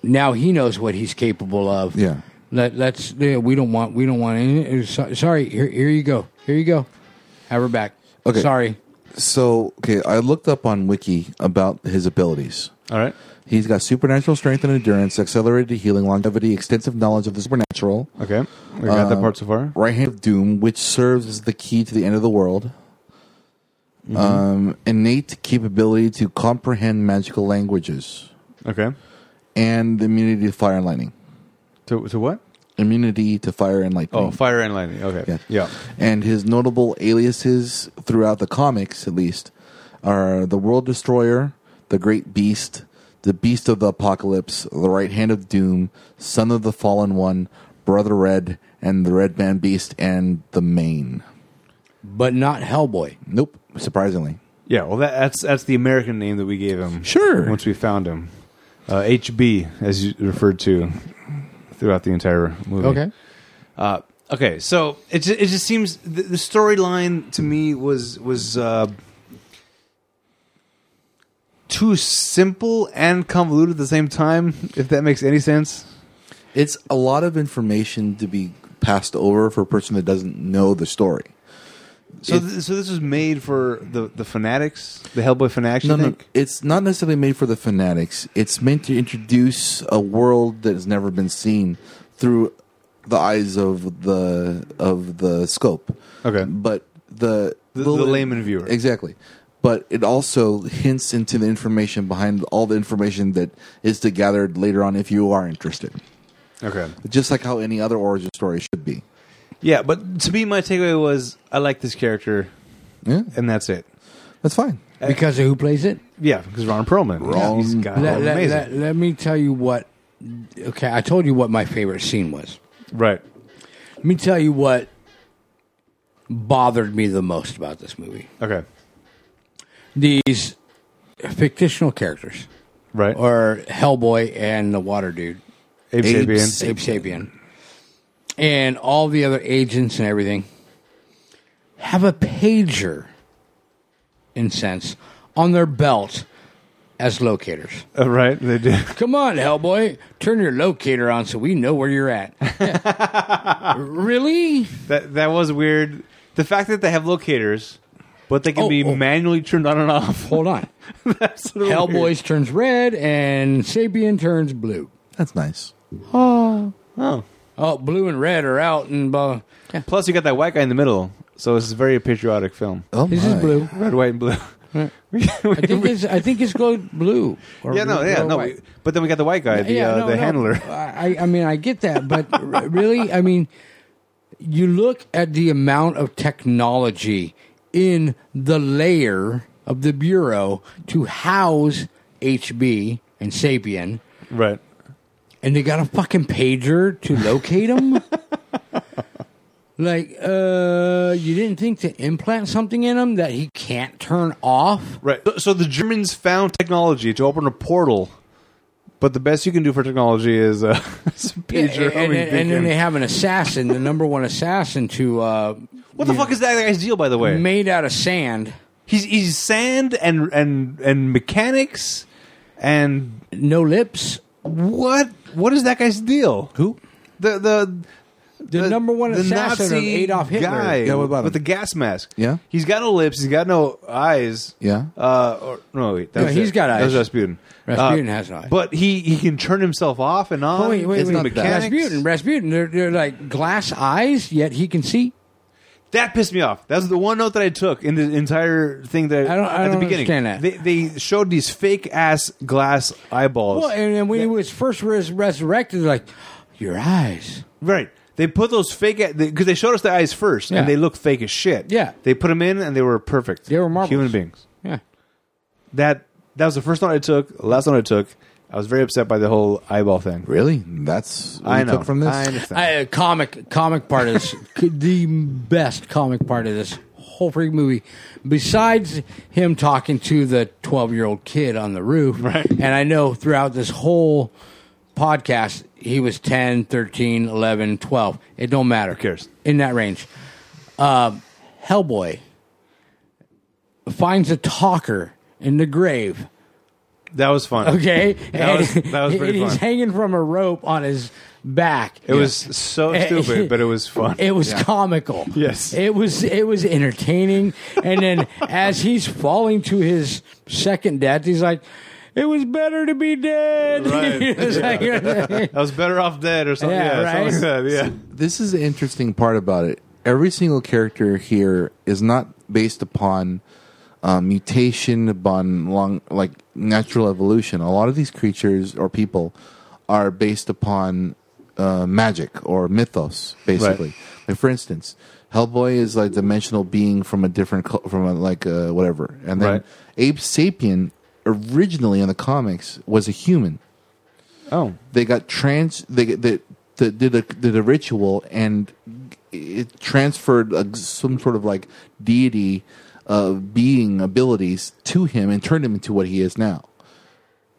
B: now he knows what he's capable of.
C: Yeah.
B: let let's yeah, we don't want we don't want any. uh, so- Sorry, here here you go, here you go, have her back.
C: Okay.
B: sorry,
C: So, okay, I looked up on Wiki about his abilities.
A: All right.
C: He's got supernatural strength and endurance, accelerated healing, longevity, extensive knowledge of the supernatural,
A: Okay, we got that
C: Um,
A: part so far.
C: right hand of doom, which serves as the key to the end of the world, um, innate capability to comprehend magical languages,
A: Okay.
C: and the immunity to fire and lightning.
A: To to what?
C: Immunity to fire and lightning.
A: Oh, fire and lightning. Okay. Yeah.
C: And his notable aliases throughout the comics, at least, are the World Destroyer, the Great Beast, the Beast of the Apocalypse, the Right Hand of Doom, Son of the Fallen One, Brother Red, and the Red Man Beast, and the Main.
B: but not Hellboy.
C: Nope, surprisingly.
A: Yeah. Well, that, that's that's the American name that we gave him.
C: Sure.
A: Once we found him, uh, HB as you referred to throughout the entire movie.
B: Okay,
A: Uh, okay, so it just, it just seems the, the storyline to me was was uh, too simple and convoluted at the same time. If that makes any sense.
C: It's a lot of information to be passed over for a person that doesn't know the story.
A: So,
C: It-
A: th- so this was made for the the fanatics, the Hellboy fanatics. you
C: No, no,
A: think?
C: it's not necessarily made for the fanatics. It's meant to introduce a world that has never been seen through the eyes of the of the scope.
A: Okay.
C: but the
A: The- the layman viewer.
C: exactly. But it also hints into the information behind all the information that is to gathered later on if you are interested.
A: Okay.
C: Just like how any other origin story should be.
A: Yeah, but to me, my takeaway was I like this character,
C: Yeah,
A: and that's it.
C: that's fine.
B: because of who plays it.
A: Yeah, because Ron Perlman,
C: Ron
A: he's got
B: Let, let-
A: Oh, amazing,
B: let- let me tell you what. Okay, I told you what my favorite scene was.
A: right?
B: Let me tell you what bothered me the most about this movie.
A: Okay,
B: These fictional characters,
A: right.
B: or Hellboy and the Water Dude,
A: Abe
C: Apes.
A: Sapien,
B: Abe Sapien, and all the other agents and everything have a pager, in sense, on their belt as locators.
A: Uh, right? They did.
B: Come on, Hellboy, turn your locator on so we know where you're at. really?
A: That that was weird. The fact that they have locators, but they can
B: Oh,
A: be
B: oh.
A: manually turned on and off.
B: Hold on.
A: That's a little weird.
B: Hellboy's turns red and Sapien turns blue.
C: That's nice.
A: Oh.
B: Oh, blue and red are out and blah.
A: Plus, you got that white guy in the middle, so it's a very patriotic film.
C: Oh
B: This
C: my.
B: is blue.
A: Red, white, and blue.
B: I think it's I think it's go blue. Or
A: yeah, no,
B: blue
A: yeah,
B: or
A: no.
B: white.
A: we- but then we got the white guy, the uh,
B: no,
A: the
B: no.
A: handler.
B: I, I mean, I get that, but r- really, I mean, you look at the amount of technology in the layer of the bureau to house HB and Sapien,
A: Right.
B: and they got a fucking pager to locate them. like, uh, you didn't think to implant something in him that he can't turn off?
A: Right. So, so the Germans found technology to open a portal, but the best you can do for technology is uh, some pager.
B: and, and,
A: homing
B: and then
A: beacon.
B: they have an assassin, the number one assassin, to uh,
A: what the fuck is that guy's deal, by the way?
B: made out of sand.
A: He's he's sand and and and mechanics and
B: No lips.
A: what what is that guy's deal?
C: Who?
A: The the
B: The, number one assassin of Adolf Hitler.
A: guy
C: Yeah, what about
A: with the
C: him?
A: gas mask.
C: Yeah.
A: he's got no lips. He's got no eyes.
C: Yeah.
A: Uh, or, no, wait, that
B: No,
A: was
B: he's
A: it.
B: got
A: That was
B: eyes.
A: Rasputin.
B: Rasputin
A: Uh,
B: has no eyes.
A: But he he can turn himself off and on.
B: Oh, wait, wait,
A: It's
B: wait.
A: the mechanics.
B: Rasputin, Rasputin. They're, they're like glass eyes, yet he can see.
A: That pissed me off. That was the one note that I took in the entire thing that
B: I don't- I
A: at the
B: don't
A: beginning.
B: understand that.
A: They, they showed these fake ass glass eyeballs.
B: Well, and, and when he was first res- resurrected, they're like, your eyes.
A: right. They put those fake because they, 'cause they showed us the eyes first,
B: Yeah.
A: and they look fake as shit.
B: Yeah.
A: they put them in, and they were perfect.
B: They were marbles.
A: human beings.
B: Yeah.
A: That that was the first note I took. The last note I took. I was very upset by the whole eyeball thing.
C: Really? That's what
A: I
C: you
A: know.
C: took from this?
A: I understand.
B: I, uh, comic comic part of this, c- the best comic part of this whole freaking movie, besides him talking to the twelve year old kid on the roof.
A: Right.
B: And I know throughout this whole podcast, he was 10, 13, 11, 12. It don't matter. Who
A: cares?
B: In that range, um, Hellboy finds a talker in the grave.
A: that was fun.
B: Okay,
A: That was- that was
B: and
A: pretty
B: he's
A: fun.
B: hanging from a rope on his back.
A: It was so stupid, but it was fun.
B: It was comical.
A: Yes.
B: It was it was entertaining. And then as he's falling to his second death, he's like, It was better to be dead.
A: Right.
B: It was like-
A: I was better off dead or something.
B: Yeah,
A: Yeah,
B: right?
A: something like that. Yeah.
C: this is the interesting part about it. Every single character here is not based upon uh, mutation, upon long like natural evolution. A lot of these creatures or people are based upon uh, magic or mythos, basically. Like for instance, Hellboy is like dimensional being from a different cul- from a, like uh, whatever, and then
A: Right.
C: Abe Sapien originally in the comics was a human
A: Oh,
C: they got trans they they, they did a did a ritual and it transferred a, some sort of like deity uh, being abilities to him and turned him into what he is now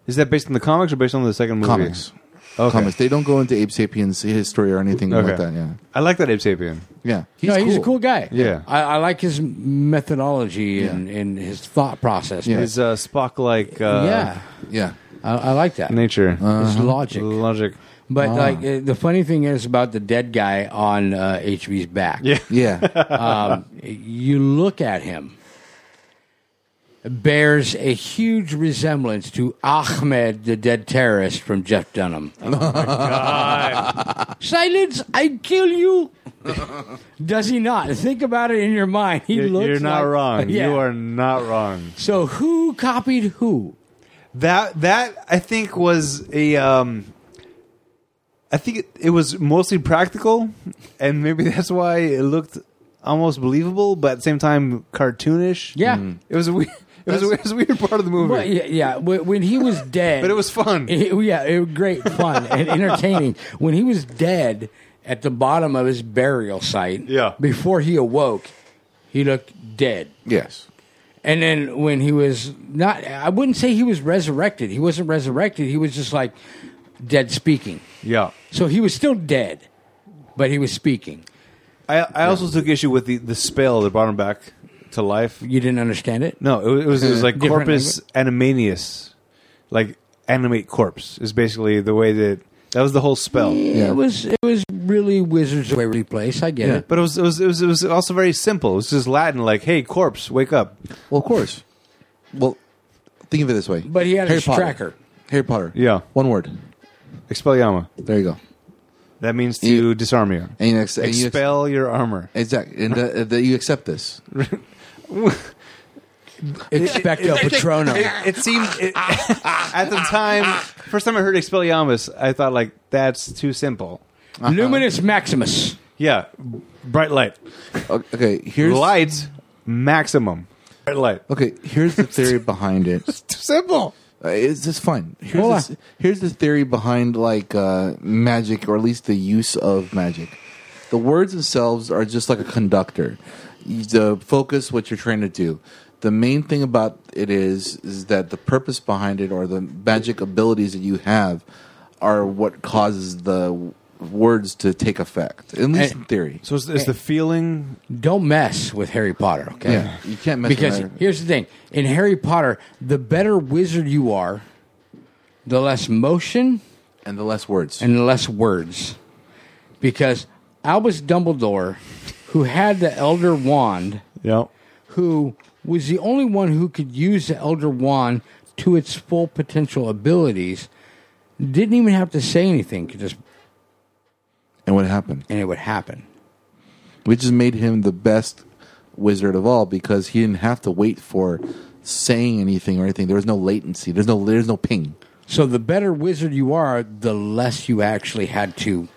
A: Is that based on the comics or based on the second movie?
C: comics
A: Okay.
C: comics. They don't go into Abe Sapiens' history or anything
A: Okay.
C: like that. Yeah,
A: I like that Abe Sapien.
C: yeah.
B: no, he's a cool guy.
A: Yeah.
B: I, I like his methodology and, and his thought process.
C: Yeah.
A: His uh, Spock like uh,
B: yeah,
C: Yeah,
B: I, I like that.
A: nature.
C: Uh,
B: His logic.
A: Logic.
B: But like uh, the funny thing is about the dead guy on uh, HB's back.
A: Yeah.
C: yeah,
B: um, you look at him, bears a huge resemblance to Ahmed, the dead terrorist from Jeff Dunham.
A: Oh
B: Silence! I kill you. Does he not? Think about it in your mind. He
A: You're,
B: looks.
A: you're not
B: like-
A: wrong.
B: Yeah.
A: You are not wrong.
B: So who copied who?
A: That that I think was a um I think it, it was mostly practical and maybe that's why it looked almost believable but at the same time cartoonish. Mm-hmm.
B: Yeah. Mm.
A: It was a weird it was, a, weird- it was a weird part of the movie.
B: Well, yeah, yeah. When when he was dead,
A: But it was fun.
B: It- yeah, it was great fun and entertaining. When he was dead at the bottom of his burial site,
A: Yeah.
B: before he awoke, he looked dead.
C: yes.
B: And then when he was not, I wouldn't say he was resurrected. He wasn't resurrected. He was just like dead speaking.
A: yeah.
B: So he was still dead, but he was speaking.
A: I I also took issue with the the spell that brought him back to life.
B: You didn't understand it?
A: No, it was it was, it was like
B: Different
A: corpus animanius. Like animate corpse is basically the way that that was the whole spell.
B: It was it was really Wizards of Waverly Place. I get it.
A: But it was, it was it was it was also very simple. It was just Latin, like "Hey, corpse, wake up."
C: Well, of course. Well, think of it this way.
B: But he had
C: Harry
B: his
C: Potter.
B: tracker.
C: Harry Potter.
A: Yeah.
C: One word.
A: Expelliarmus.
C: There you go.
A: That means to
C: Yeah.
A: disarm you,
C: And you, ex- and you ex-
A: expel your armor.
C: Exactly. And that that you accept this.
B: Expecto Patronum.
A: It seemed it, at the time, first time I heard Expelliarmus, I thought like that's too simple.
C: Uh-huh.
B: Luminous Maximus.
A: Yeah, bright light,
C: Okay, here's
A: light maximum, bright light.
C: Okay, here's the theory behind it.
A: Too simple.
C: Uh, It's just fine. Here's
B: Hold
C: the, here's the theory behind like uh, magic, or at least the use of magic. The words themselves are just like a conductor. You- The focus, what you're trying to do. The main thing about it is is that the purpose behind it, or the magic abilities that you have, are what causes the words to take effect. At least in
B: And-
C: theory.
A: So it's, it's the feeling.
B: Don't mess with Harry Potter, okay?
C: Yeah, you can't mess with
B: because
C: Harry-
B: here's the thing: in Harry Potter, the better wizard you are, the less motion
C: And the less words.
B: and the less words. Because Albus Dumbledore, who had the Elder Wand,
A: Yeah.
B: who was the only one who could use the Elder Wand to its full potential abilities, didn't even have to say anything; could just
C: and what happened?
B: and it would happen.
C: which has made him the best wizard of all because he didn't have to wait for saying anything or anything. There was no latency. There's no there's no ping.
B: So the better wizard you are, the less you actually had to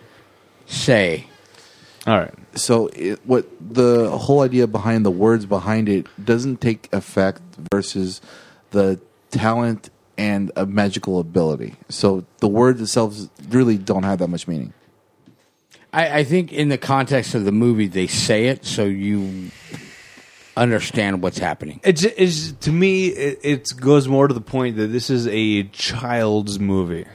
B: say.
A: All right.
C: So it, what the whole idea behind the words behind it doesn't take effect versus the talent and a magical ability. So the words themselves really don't have that much meaning.
B: I, I think in the context of the movie, they say it so you understand what's happening.
A: It's, it's to me, it, it goes more to the point that this is a child's movie.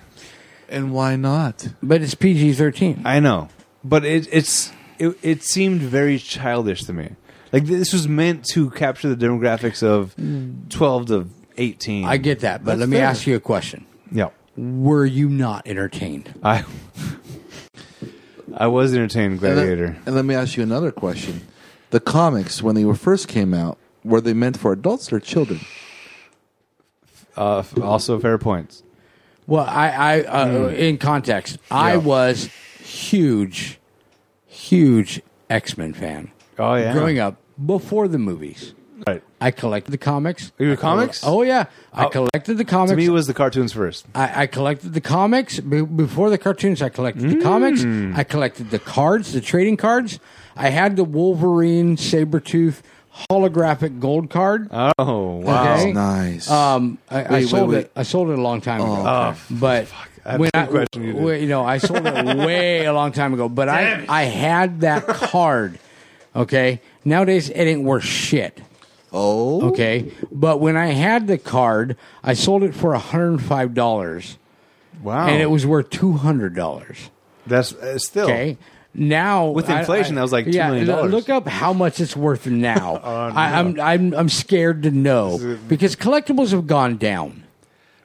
C: And why not?
B: But it's PG thirteen.
A: I know, but it, it's it, it seemed very childish to me. Like this was meant to capture the demographics of twelve to eighteen.
B: Mm. I get that, but
C: That's
B: let me
C: fair.
B: ask you a question:
A: Yeah,
B: Were you not entertained?
A: I I was entertained
C: And let-
A: Gladiator.
C: And let me ask you another question. The comics when they were first came out, were they meant for adults or children?
A: Uh, f- also, fair points.
B: Well, I, I uh, in context, I
A: Hmm. Yeah.
B: was huge, huge X Men fan
A: Oh yeah,
B: growing up before the movies.
A: Right.
B: I collected the comics.
A: You were
B: I colle-
A: comics?
B: oh yeah, I collected the comics.
A: To me, it was the cartoons first.
B: I, I collected the comics Be- before the cartoons. I collected the comics. I collected the cards, the trading cards. I had the Wolverine Sabretooth holographic gold card.
A: Oh wow,
B: Okay.
C: Nice.
B: Um, I, I
C: Wait, wait,
B: sold
C: wait.
B: it. I sold it a long time ago. but
A: I had
B: when
A: the
B: I,
A: same question you did.
B: when- you know, I sold it way a long time ago. But I, I had that card. Okay. Nowadays, it ain't worth shit.
C: oh.
B: Okay. But when I had the card, I sold it for $105
A: Wow.
B: and it was worth two hundred dollars.
A: That's uh, still
B: Okay. Now
A: With inflation, that was like $2
B: yeah,
A: million dollars. Oh,
B: Look up how much it's worth now. I, I'm I'm I'm scared to know because collectibles have gone down.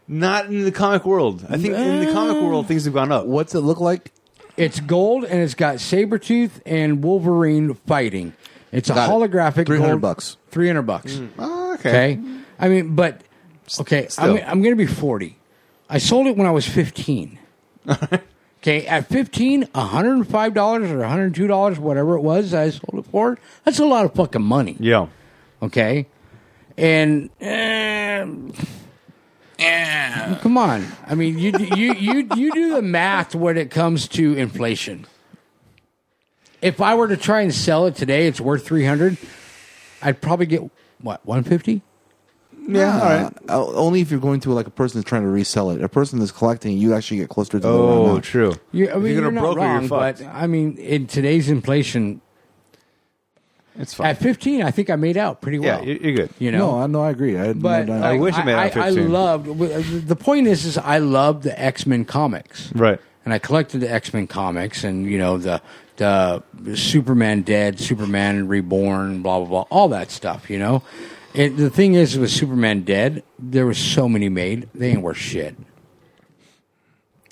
A: not in the comic world. I think in the comic world things have gone up.
C: What's it look like?
B: It's gold and it's got Sabretooth and Wolverine fighting. It's a
C: Got it.
B: holographic.
C: 300
B: gold-
C: bucks.
B: 300 bucks.
A: Oh,
B: Okay. I mean, but okay,
C: still.
B: I'm, I'm going to be 40. I sold it when I was 15. okay, at 15, $105 or $102, whatever it was, I sold it for. That's a lot of fucking money.
A: Yeah.
B: Okay. And eh, eh, come on. I mean, you you you you do the math when it comes to inflation. If I were to try and sell it today, it's worth 300. I'd probably get what, 150?
A: Yeah. All right.
C: Uh, only if you're going to like a person that's trying to resell it. A person that's collecting, you actually get closer to the right
A: Oh,
C: amount.
A: true.
B: You,
A: If
B: I
A: you're
B: mean, you're,
A: gonna
B: not
A: broker, you're
B: wrong,
A: fucked.
B: but I mean, in today's inflation,
A: It's fine.
B: at 15, I think I made out pretty
A: yeah,
B: well.
A: you're, you're good.
B: you know,
C: No, I no, I agree. I, had
B: but
C: no, doubt.
A: I
B: like,
A: wish it made
B: I,
A: out
B: I
A: 15.
B: loved w- the point is is I loved the X Men comics,
A: Right.
B: And I collected the X Men comics, and you know the the Superman dead, Superman reborn, blah blah blah, all that stuff. You know, and the thing is with Superman dead, there was so many made, they ain't worth shit.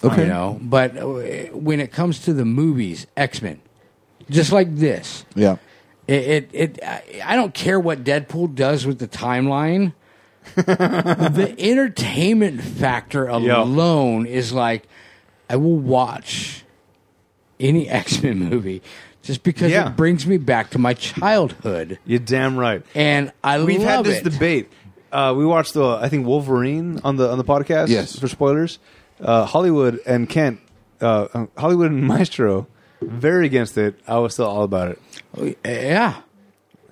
C: Okay.
B: You know, but uh, when it comes to the movies, X Men, just like this,
C: yeah.
B: it, it, it I I don't care what Deadpool does with the timeline. the entertainment factor alone is like, I will watch any X Men movie just because
A: Yeah.
B: it brings me back to my childhood,
A: You're damn right.
B: and I
A: We've had
B: love
A: this
B: it.
A: debate. Uh, we watched the I think Wolverine on the on the podcast.
C: Yes.
A: For spoilers, uh, Hollywood and Kent, uh, um, Hollywood and Maestro, very against it. I was still all about it.
B: Oh, yeah,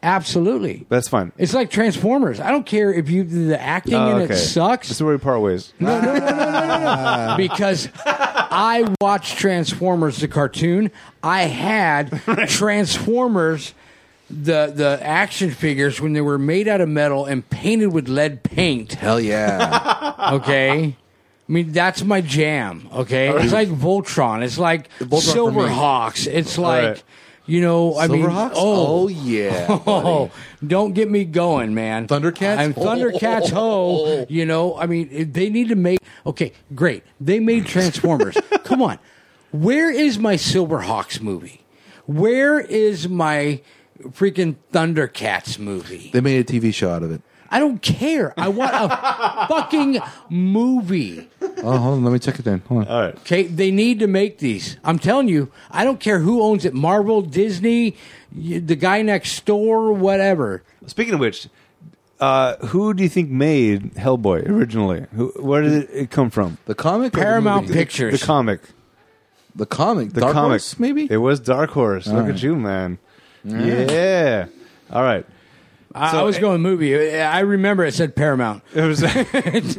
B: absolutely.
A: But that's fine.
B: It's like Transformers. I don't care if you the acting
A: Uh,
B: in it sucks.
A: This is where we part ways.
B: because I watched Transformers the cartoon. I had Transformers the the action figures when they were made out of metal and painted with lead paint.
C: Hell yeah.
B: Okay. I mean that's my jam, okay? It's like Voltron, it's like
C: Voltron for me.
B: Silverhawks, it's like
A: Right.
B: you know, I mean
C: Silverhawks?
B: oh,
C: yeah.
B: Oh, don't get me going, man.
C: Thundercats? Oh.
B: I'm Thundercats ho. You know, I mean, if they need to make. Okay, great. They made Transformers. Come on. Where is my Silverhawks movie? Where is my freaking Thundercats movie?
C: they made a TV show out of it.
B: I don't care. I want a fucking movie.
C: Oh, hold on. Let me check it then. Hold on.
A: All right.
B: Okay, they need to make these. I'm telling you, I don't care who owns it Marvel, Disney, y- the guy next door, whatever.
A: Speaking of which, uh, who do you think made Hellboy originally? Who, where did it come from?
C: The comic, or the
B: Paramount
C: movie?
B: Pictures.
A: The comic.
C: the comic,
A: The
C: Dark
A: comic.
C: Horse, maybe.
A: It was Dark Horse. Look
C: right.
A: at you, man. Yeah. All right.
B: I,
A: So-
B: I was going movie. I remember it said Paramount.
A: It was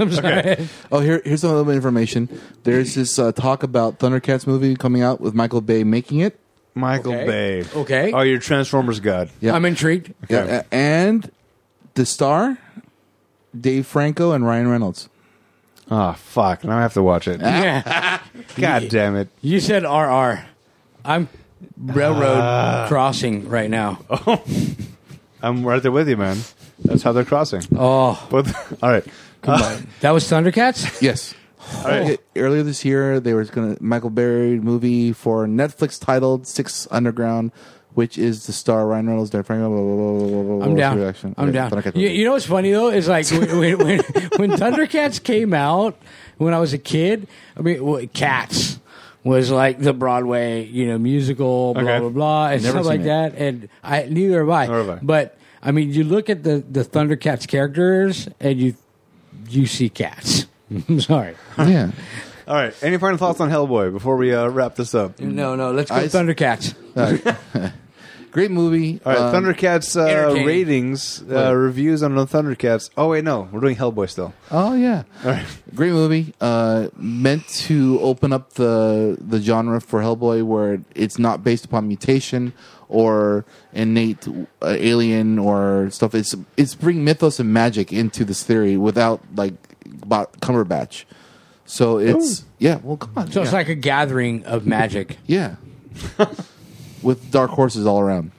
B: I'm sorry.
C: Oh, here, here's some other information. There's this uh, talk about Thundercats movie coming out with Michael Bay making it.
A: Michael
B: Okay.
A: Bay.
B: Okay.
A: Oh, your Transformers god.
C: Yeah.
B: I'm intrigued.
C: Yeah, a- and the star, Dave Franco and Ryan Reynolds.
A: Oh, fuck. Now I have to watch it.
B: Ah. Yeah.
A: God damn it.
B: You said RR. I'm railroad crossing right now.
A: I'm right there with you, man. That's how they're crossing.
B: Oh,
A: But, all right. Uh,
B: that was Thundercats?
C: Yes.
A: right.
C: Okay, Oh. Earlier this year, they was going to Michael Bay movie for Netflix titled Six Underground, which is the star Ryan Reynolds, Dave Franco. Blah, blah, blah, blah, blah, blah,
B: I'm down.
C: Reaction.
B: I'm
C: Okay,
B: down.
C: Thundercats
B: You,
C: movie.
B: you know what's funny though is like when, when, when, when Thundercats came out when I was a kid. I mean, well, Cats was like the Broadway, you know, musical, blah
A: Okay.
B: blah blah, and
C: Never
B: stuff like
C: seen
B: that. And I neither have I.
A: Nor have I.
B: But I mean, you look at the the Thundercats characters and you you see cats. I'm sorry.
C: yeah.
A: all right. Any final thoughts on Hellboy before we uh, wrap this up?
B: No, no, let's go
C: I s-
B: Thundercats.
C: Great movie.
A: All right,
C: Um,
A: Thundercats uh,
B: entertaining.
A: ratings, uh,
C: What?
A: reviews on the Thundercats. Oh wait, no, we're doing Hellboy still.
C: Oh yeah, great movie. Uh, meant to open up the the genre for Hellboy, where it's not based upon mutation or innate uh, alien or stuff. It's it's bring mythos and magic into this theory without like Bo- Cumberbatch. So it's yeah. Well, come on.
B: So
C: yeah.
B: it's like a gathering of magic.
C: yeah, with dark horses all around.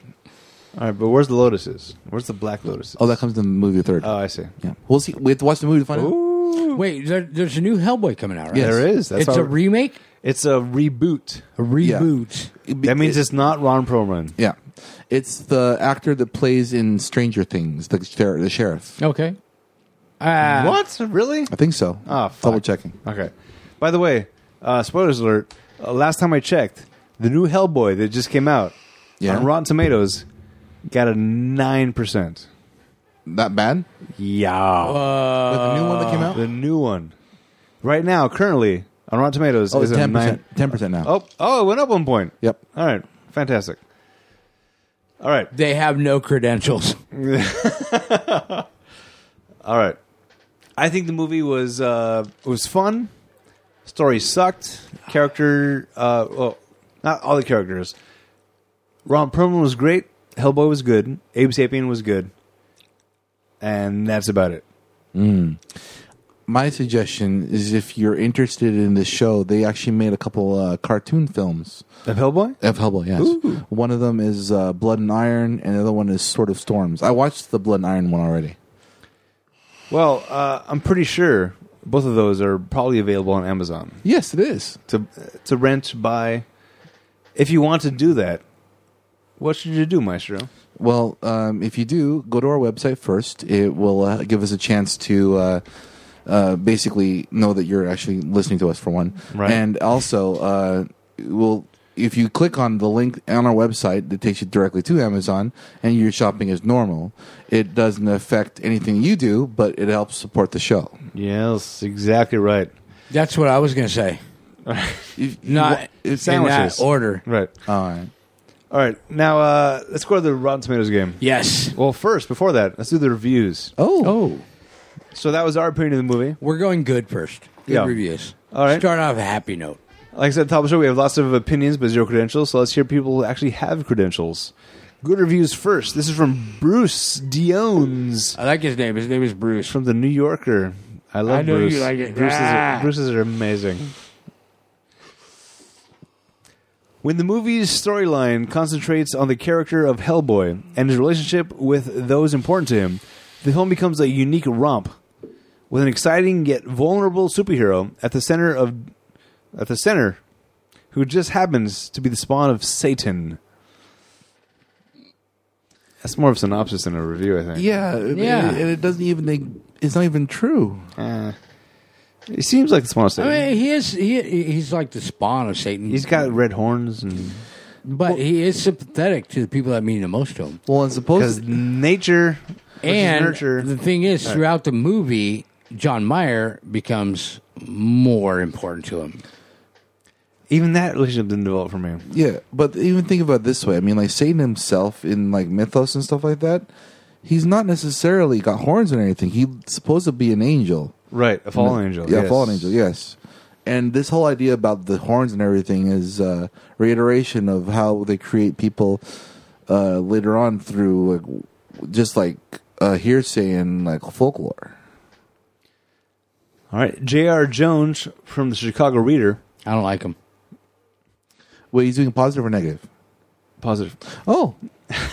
A: All right, but where's the lotuses? Where's the black lotuses?
C: Oh, that comes in the movie third.
B: Uh,
A: Oh, I see.
C: yeah, we'll see. We have to watch the movie to find out.
A: Ooh,
B: Wait, there, there's a new Hellboy coming out, right?
C: Yes.
A: there is. That's
B: it's
A: how-
B: a remake,
A: it's a reboot.
B: a reboot.
C: It be-
A: That means
C: it-
A: it's not Ron Perlman.
C: yeah. It's the actor that plays in Stranger Things, the, sher- the sheriff.
B: Okay. Uh,
A: What? Really?
C: I think so.
A: Oh, fuck.
C: double checking.
A: Okay. By the way, uh, spoilers alert. Uh, last time I checked, the new Hellboy that just came out
C: Yeah.
A: on Rotten Tomatoes got a nine percent.
C: That bad?
A: Yeah.
C: Like the new one that came out.
A: the new one, right now, currently on Rotten Tomatoes,
C: Oh,
A: is
C: it's
A: a
C: ten
A: nine.
C: percent. Ten percent now.
A: Oh, oh, it went up one point.
C: Yep.
A: All right, fantastic. All right,
B: They have no credentials.
A: all right. I think the movie was uh, was fun. Story sucked. Character, uh, well, not all the characters. Ron Perlman was great. Hellboy was good. Abe Sapien was good, and that's about it.
C: My suggestion is if you're interested in this show, they actually made a couple uh, cartoon films
A: Of Hellboy,
C: of Hellboy. Yes, one of them is uh, Blood and Iron, and the other one is Sword of Storms. I watched the Blood and Iron one already.
A: well, uh, I'm pretty sure both of those are probably available on Amazon.
C: Yes, it is.
A: to to rent by if you want to do that what should you do maestro
C: Well, um, if you do, go to our website first. It will uh, give us a chance to uh, uh, basically know that you're actually listening to us for one,
A: Right.
C: and also uh, will if you click on the link on our website that takes you directly to Amazon and you're shopping as normal, it doesn't affect anything you do, but it helps support the show.
A: yes exactly right
B: That's what I was going to say.
C: If-
B: Not
C: if-
B: in
A: sandwiches.
B: that order.
A: right
C: all right.
A: all right now uh let's go to the rotten tomatoes game
B: Yes.
A: well first before that let's do the reviews
C: Oh,
A: so that was our opinion of the movie
B: We're going good first. Good
A: Yeah.
B: reviews.
A: All right.
B: Start off a happy note.
A: like i said at the top of the show we have lots of opinions but zero credentials so let's hear people who actually have credentials good reviews first this is from bruce diones
B: I like his name. His name is Bruce.
A: from the new yorker i love
B: I know you
A: bruce
B: like it.
A: bruce's,
B: Ah.
A: bruce's are amazing When the movie's storyline concentrates on the character of Hellboy and his relationship with those important to him, the film becomes a unique romp with an exciting yet vulnerable superhero at the center of at the center who just happens to be the spawn of Satan. That's more of a synopsis than a review, I think.
C: yeah,
B: Yeah.
C: and it doesn't even it's not even true.
A: Eh. it seems like the spawn of
B: I
A: Satan.
B: mean, he is. He, he's like the spawn of Satan.
A: He's got red horns and
B: but he is sympathetic to the people that mean the most to him.
C: Well, and
A: because
C: supposedly.
A: nature versus
B: and
A: nurture.
B: the thing is, throughout the movie, John Mayer becomes more important to him.
A: Even that relationship didn't develop for me.
C: Yeah, but even think about it this way. I mean, like Satan himself in like mythos and stuff like that, he's not necessarily got horns or anything. He's supposed to be an angel.
A: Right, a fallen angel.
C: Yeah,
A: yes.
C: fallen angel. Yes. And this whole idea about the horns and everything is uh, reiteration of how they create people uh, later on through like, w- just like uh, hearsay and like folklore.
A: All right, J.R. Jones from the Chicago Reader,
B: I don't like him.
C: Wait, he's doing positive or negative?
A: positive.
C: Oh,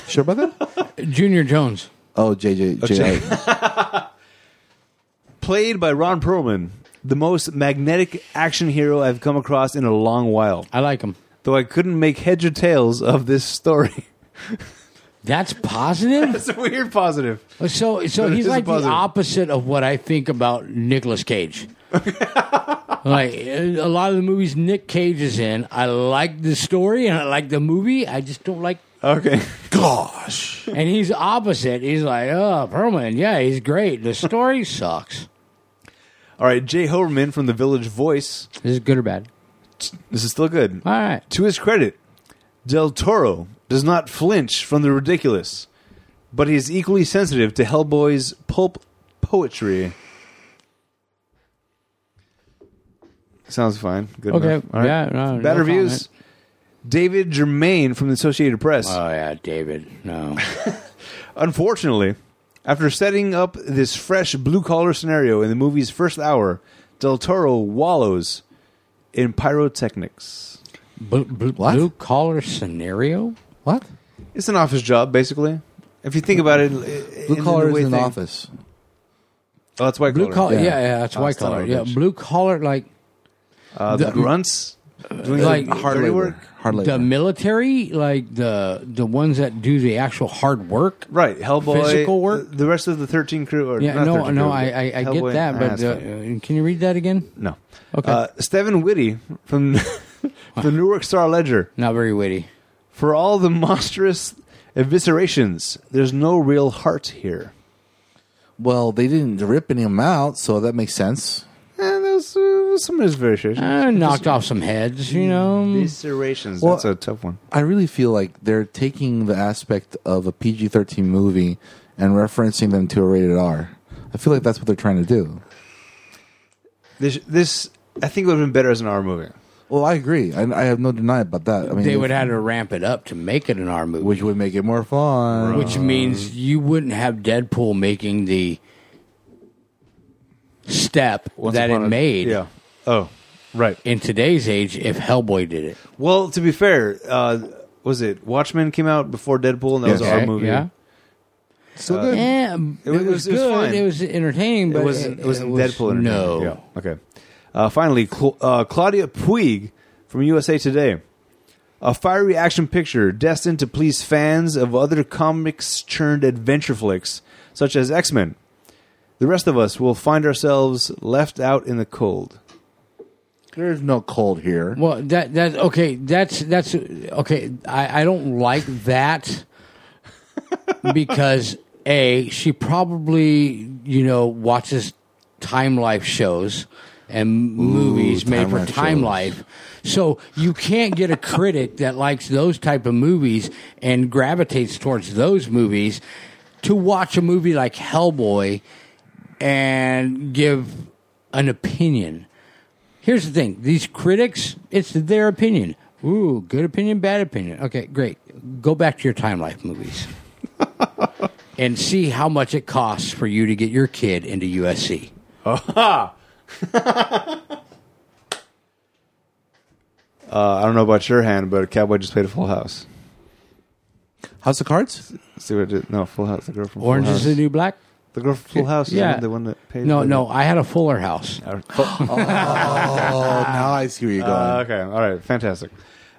C: sure about that?
B: Junior Jones.
C: Oh, JJ,
A: Okay.
C: JJ.
A: Played by Ron Perlman, the most magnetic action hero I've come across in a long while.
B: I like him.
A: Though I couldn't make heads or tails of this story.
B: That's positive.
A: That's a weird positive.
B: so, so
A: That
B: he's
A: is
B: like the
A: positive.
B: opposite of what I think about Nicolas Cage. like a lot of the movies Nick Cage is in, I like the story and I like the movie. I just don't like.
A: Okay.
C: Gosh.
B: And he's opposite. He's like, oh, Perlman, yeah, he's great. The story sucks.
A: All right, Jay Hoberman from the Village Voice.
B: Is it good or bad?
A: This is still good.
B: All right.
A: To his credit, Del Toro does not flinch from the ridiculous, but he is equally sensitive to Hellboy's pulp poetry. Sounds fine. Good
B: Okay.
A: enough. All right.
B: Yeah, no-
A: Bad
B: no
A: reviews. David Germain from the Associated Press.
B: Oh yeah, David. No.
A: Unfortunately, after setting up this fresh blue collar scenario in the movie's first hour, Del Toro wallows in pyrotechnics.
B: Blue, blue,
C: What?
B: blue collar scenario.
C: What?
A: It's an office job, basically. If you think about it, in
C: Blue
A: the
C: collar is
A: way
C: in
A: thing-
C: office.
A: Oh, that's white
B: Blue collar.
A: collar.
B: Yeah,
C: Yeah.
B: yeah, that's
A: Oh,
B: white
A: it's not
B: collar.
A: our
B: Yeah,
A: bitch.
B: blue collar like
A: Uh, the,
B: The-
A: grunts doing like
B: Like
C: Hard
A: hard
C: labor.
A: work.
C: Hard labor.
B: the military, like the the ones that do the actual hard work.
A: Right, Hellboy.
B: Physical work?
A: The rest of the thirteen crew. Or
B: Yeah,
A: not
B: no,
A: 13
B: no,
A: crew,
B: I
A: but
B: I, I
A: Hellboy-
B: get that,
A: Ah,
B: but
A: that's
B: the,
A: fine.
B: uh, can you read that again?
A: no.
B: Okay.
A: Uh, Stephen Whitty from the Newark Star Ledger.
B: Not very witty.
A: For all the monstrous eviscerations, there's no real heart here.
C: Well, they didn't rip any of them out, so that makes sense.
A: And those uh, some eviscerations.
B: Uh, knocked off some heads,
A: Hmm,
B: you know.
A: Eviscerations.
C: Well-
A: that's a tough one.
C: I really feel like they're taking the aspect of a PG 13 movie and referencing them to a rated R. I feel like that's what they're trying to do.
A: This, this I think would have been better as an R movie.
C: Well, I agree. I, I have no deny about that. I mean,
B: they would have to ramp it up to make it an R movie,
C: which would make it more fun.
B: which
A: uh,
B: means you wouldn't have Deadpool making the step
A: Once
B: that it
A: upon a-
B: made
A: Yeah. Oh, right.
B: in today's age if Hellboy did it.
A: Well, to be fair, uh, was it Watchmen came out before Deadpool, and that was
C: Yes.
A: our
B: Okay,
A: movie.
B: Yeah. uh,
C: so good.
B: Yeah, Eh, it,
A: was-
B: was,
A: it was
B: good.
A: fine.
B: It was entertaining, but
A: It wasn't. It wasn't Deadpool. Entertainment.
B: No,
A: Yeah. Okay. Uh, finally, Cl- uh, Claudia Puig from USA Today. A fiery action picture destined to please fans of other comics churned adventure flicks, such as X Men. The rest of us will find ourselves left out in the cold.
C: There's no cold here.
B: Well, that that okay. That's that's okay. I I don't like that because a she probably you know watches time life shows and movies made
C: Time
B: for
C: Life
B: time
C: shows.
B: life. So you can't get a critic that likes those type of movies and gravitates towards those movies to watch a movie like Hellboy and give an opinion. Here's the thing: these critics, it's their opinion. Ooh, good opinion, bad opinion. Okay, great. Go back to your Time Life movies and see how much it costs for you to get your kid into USC.
A: Uh, I don't know about your hand, but Cowboy just played a Full House.
C: House of Cards?
A: Let's see what it did. No, Full House. The girl from Full
B: Orange
A: House.
B: is the new black.
A: The girl from Full House.
B: Yeah.
A: Yeah. The one that paid.
B: No, no, I had a Fuller House.
C: Oh, now I see where you're going.
A: Uh, okay, all right, fantastic.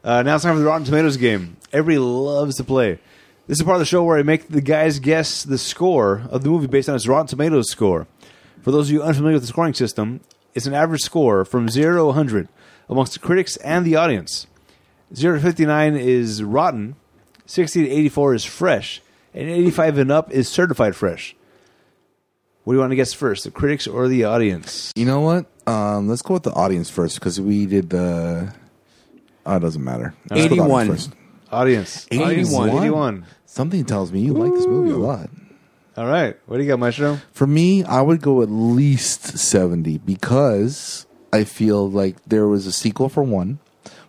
A: Uh, now it's time for the Rotten Tomatoes game. Everybody loves to play. This is part of the show where I make the guys guess the score of the movie based on its Rotten Tomatoes score. For those of you unfamiliar with the scoring system, it's an average score from 0 to 100 amongst the critics and the audience. 0 to 59 is rotten, 60 to 84 is fresh, and 85 and up is certified fresh. What do you want to guess first, the critics or the audience?
C: you know what? Um, let's go with the audience first because we did the. Oh, it doesn't matter. Let's go with the audience
B: 81.
C: first.
A: Audience. Audience,
C: 81.
A: 81.
C: Something tells me you like this movie a lot.
A: All right. What do you got, Maestro?
C: For me, I would go at least 70 because I feel like there was a sequel for one,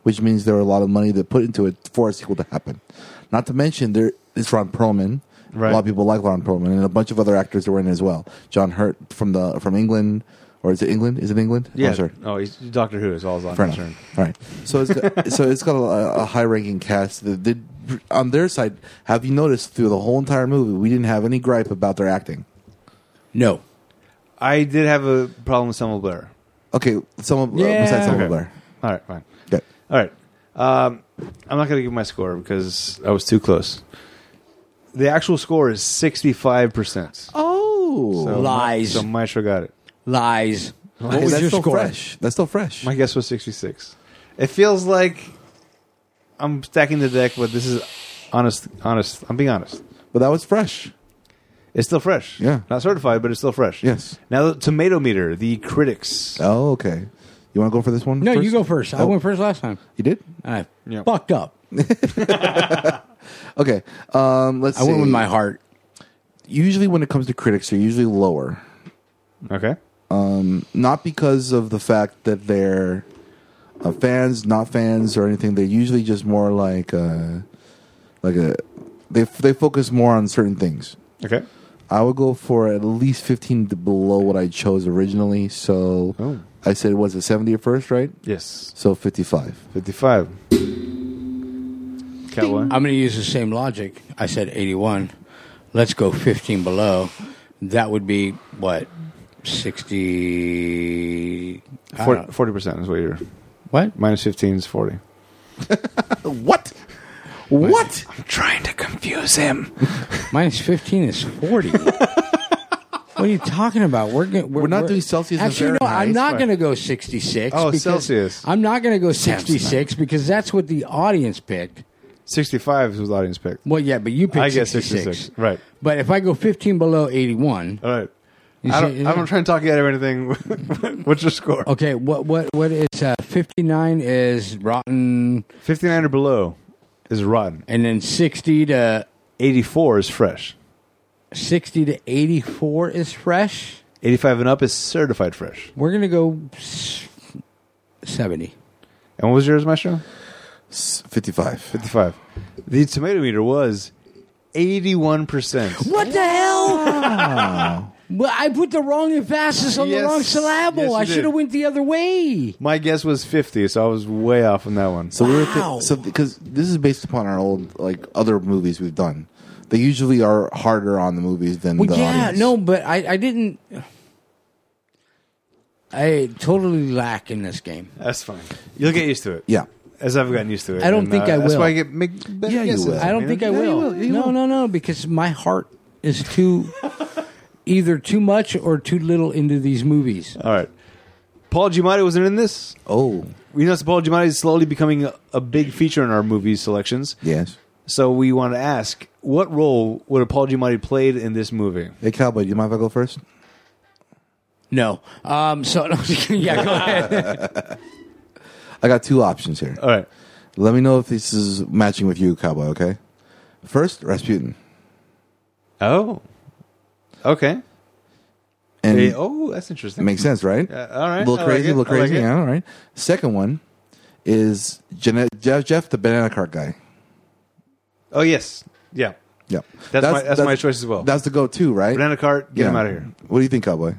C: which means there were a lot of money that put into it for a sequel to happen. Not to mention there it's Ron Perlman.
A: Right.
C: A lot of people like Ron Perlman and a bunch of other actors that were in it as well. John Hurt from the from England or is it England? Is it England? I'm sorry.
A: Oh, he's Doctor Who is all I'm
C: Fair enough.
A: concerned.
C: All right. So it's got, so it's got a, a high ranking cast. That did, on their side, have you noticed through the whole entire movie we didn't have any gripe about their acting?
B: No,
A: I did have a problem with Samuel Blair.
C: Okay, someone
B: Yeah.
C: uh, besides someone
A: Okay.
C: Blair.
A: All right, fine.
C: Okay.
A: All right. Um, I'm not going to give my score because I was too close. The actual score is 65%.
C: Oh,
A: So-
B: Lies.
A: So Maestro got it.
B: lies. What
C: Hey,
B: was
C: that's
B: your
C: still
B: score?
C: fresh. That's still fresh.
A: My guess was 66. It feels like I'm stacking the deck, but this is honest. Honest. I'm being honest.
C: but that was fresh.
A: It's still fresh.
C: Yeah.
A: Not certified, but it's still fresh.
C: Yes.
A: Now, the tomato meter, the critics.
C: Oh, okay. You want to go for this one?
B: No, you go first. I
C: Oh,
B: went first last time.
C: You did.
B: And I
A: Yeah.
B: fucked up.
C: Okay. Um, let's.
B: I went
C: see.
B: with my heart.
C: Usually, when it comes to critics, they're usually lower.
A: Okay.
C: not because of the fact that they're uh, fans, not fans or anything. They're usually just more like uh, like a they they focus more on certain things.
A: Okay.
C: I would go for at least fifteen to below what I chose originally. So
A: Oh.
C: I said, was it 70 or first, right?
A: Yes.
C: So 55.
A: 55. Cowboy.
B: I'm going to use the same logic. I said 81. Let's go 15 below. That would be what 60. I don't know.
A: 40 percent is what you're.
B: What?
A: Minus 15 is 40.
C: What? What?
A: I'm trying to confuse him.
B: Minus 15 is 40. what are you talking about? We're go- we're,
C: We're not doing Celsius and
B: Actually, no, I'm
C: Fahrenheit,
B: not
A: but-
B: going to go 66.
A: Oh,
B: because-
A: Celsius.
B: I'm not going to go 66 because that's what the audience picked.
A: 65 is what the audience picked.
B: Well, yeah, but you picked
A: I guess
B: 66.
A: 66. Right.
B: But if I go 15 below 81,
A: All right.
B: You
A: I don't,
B: see-
A: I'm not trying to talk you out of anything. What's your score?
B: okay, what what what is uh, 59 is rotten
A: 59 or below is rotten.
B: and then 60 to
A: 84 is fresh.
B: 60 to 84 is fresh.
A: 85 and up is certified fresh.
B: We're going to go s- 70.
A: And what was yours, Maestro?
C: S- 55.
A: 55. The tomato meter was 81%.
B: What the hell? Ah. well, I put the wrong emphasis on
A: Yes.
B: the wrong syllable.
A: Yes, you
B: I
A: did.
B: should have went the other way.
A: My guess was 50, so I was way off on that one.
C: So we were thi-
B: Wow.
C: so because this is based upon our old like other movies we've done. They usually are harder on the movies than
B: Well,
C: the
B: yeah,
C: audience.
B: no, but I, I didn't. I totally lack in this game.
A: That's fine. You'll get used to it.
C: Yeah.
A: As I've gotten used to it. uh,
B: I don't think I
A: That's
B: will.
A: why I get make better
C: Yeah, you
A: guesses.
C: will.
B: I don't
A: mean,
B: think I
A: yeah, you
B: will.
A: you
B: no, no, no, because my heart is too either too much or too little into these movies.
A: All right. Paul Giamatti wasn't in this.
C: Oh,
A: We know Paul Giamatti is slowly becoming a, a big feature in our movie selections.
C: yes.
A: So we want to ask, what role would a Paul Giamatti played in this movie?
C: Hey, Cowboy, do you mind if I go first?
B: No, um, so yeah, go ahead.
C: I got two options here.
A: All right.
C: Let me know if this is matching with you, Cowboy, okay? First, Rasputin.
A: Oh. Okay.
C: And
A: Hey, oh, that's interesting.
C: it makes sense, right?
A: Uh, all right.
C: A little
A: I like
C: crazy,
A: it.
C: a little
A: I like
C: crazy.
A: it.
C: yeah, all right. Second one is Jan- Jeff, Jeff, the banana cart guy.
A: oh, yes. Yeah.
C: Yep.
A: That's my- that's my choice as well.
C: That's the go to, right?
A: Banana cart, get
C: Yeah.
A: him out of here.
C: What do you think, Cowboy?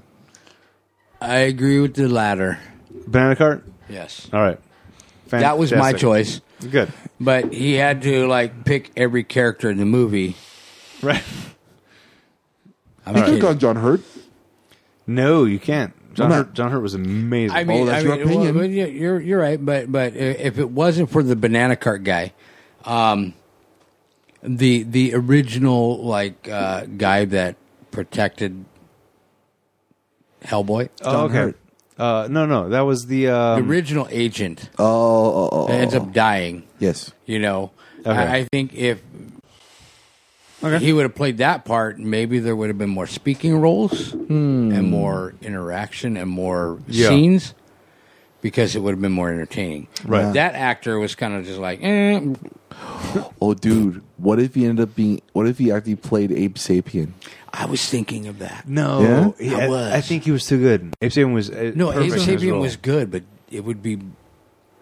B: I agree with the latter.
A: Banana cart?
B: Yes,
A: All right.
B: that was my
A: Fantastic.
B: choice.
A: Good.
B: But he had to like pick every character in the movie.
A: Right.
B: I'm kidding.
C: John Hurt.
A: No, you can't. John,
C: Well,
A: Hurt,
C: not-
A: John Hurt was amazing.
B: I mean,
C: Oh, that's
B: I mean,
C: your opinion.
B: well, yeah, you're you're right, but but if it wasn't for the banana cart guy, um, the the original like uh, guy that protected Hellboy,
A: oh,
C: John
A: okay.
C: Hurt.
A: Uh, no, no, that was the. Um,
B: the original agent
C: Oh, oh, oh, oh.
B: that ends up dying.
C: yes.
B: You know,
A: Okay.
B: I, I think if he would have played that part, maybe there would have been more speaking roles and more interaction and more
A: Hmm. Yeah.
B: scenes because it would have been more entertaining.
A: Right.
B: But That actor was kind of just like, eh.
C: Oh, dude, what if he ended up being? What if he actually played Ape Sapien?
B: I was thinking of that.
A: no,
C: Yeah?
A: he-
B: I
A: I,
B: was.
A: I think he was too good. Abe Sapien was uh,
B: No, Abe
A: perfect in his
B: Sapien
A: role.
B: was good, but it would be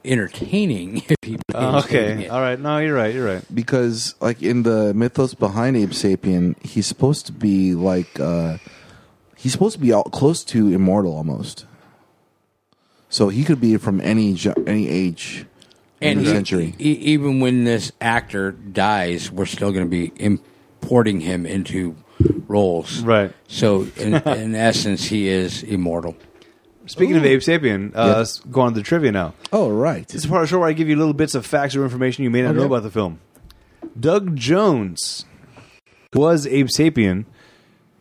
B: entertaining if he.
A: Uh, okay,
B: It.
A: all right. No, you're right. You're right.
C: Because, like, in the mythos behind Ape Sapien, he's supposed to be like, uh he's supposed to be all, close to immortal almost. So he could be from any ge- any age,
B: And
C: any
B: e-
C: century.
B: e- even when this actor dies, we're still going to be importing him into roles.
A: Right.
B: So, in, in essence, he is immortal.
A: Speaking of Abe Sapien, uh, let's go on to the trivia now.
C: oh, right.
A: This is a part of the show where I give you little bits of facts or information you may not know
C: Okay.
A: about the film. Doug Jones was Abe Sapien.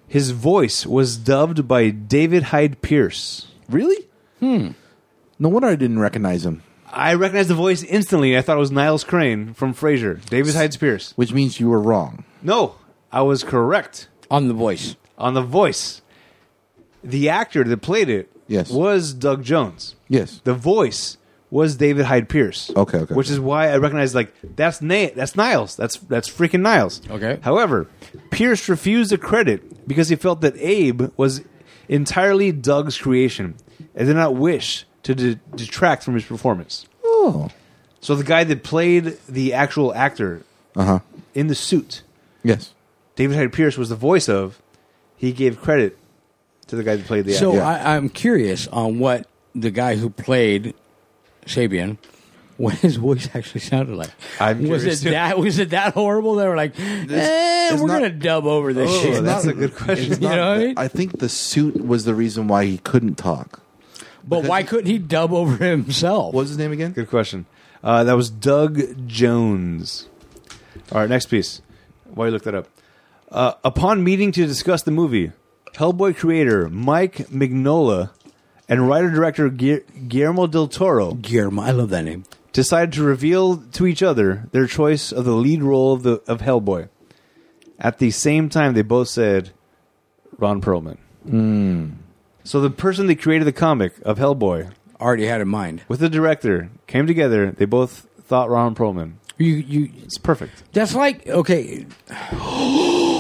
A: His voice was dubbed by David Hyde Pierce.
C: Really? Hmm. No wonder I didn't recognize him.
A: I recognized the voice instantly. I thought it was Niles Crane from Frasier. David Hyde Pierce.
C: Which means you were wrong.
A: No, I was correct
B: On the voice.
A: on the voice. The actor that played it
C: Yes.
A: was Doug Jones.
C: Yes.
A: The voice was David Hyde Pierce.
C: Okay, okay,
A: Which
C: okay.
A: is why I recognized like that's Na- that's Niles. That's that's freaking Niles.
B: Okay.
A: However, Pierce refused the credit because he felt that Abe was entirely Doug's creation and did not wish to de- detract from his performance.
C: Oh.
A: So the guy that played the actual actor
C: Uh huh.
A: in the suit,
C: Yes.
A: David Hyde Pierce was the voice of. He gave credit to the guy that played the
B: So
A: actor.
C: Yeah.
B: I, I'm curious on what the guy who played Sabian what his voice actually sounded like.
A: I'm
B: was
A: curious,
B: it
A: too.
B: that was it that horrible? They were like, eh,
C: it's
B: we're
C: not-
B: gonna dub over this
A: Oh,
B: shit.
A: that's a good question.
C: It's
B: You
C: not-
B: know what I mean?
C: I think the suit was the reason why he couldn't talk.
B: but why couldn't he dub over himself?
C: What was his name again?
A: Good question. Uh, that was Doug Jones. All right, next piece. Why you look that up? Uh, upon meeting to discuss the movie, Hellboy creator Mike Mignola and writer director Guillermo del Toro
B: Guillermo, I love that name.
A: decided to reveal to each other their choice of the lead role of the of Hellboy. At the same time, they both said Ron Perlman. So the person that created the comic of Hellboy
B: Already had in mind.
A: with the director came together. They both thought Ron Perlman.
B: You you
A: It's perfect.
B: that's like okay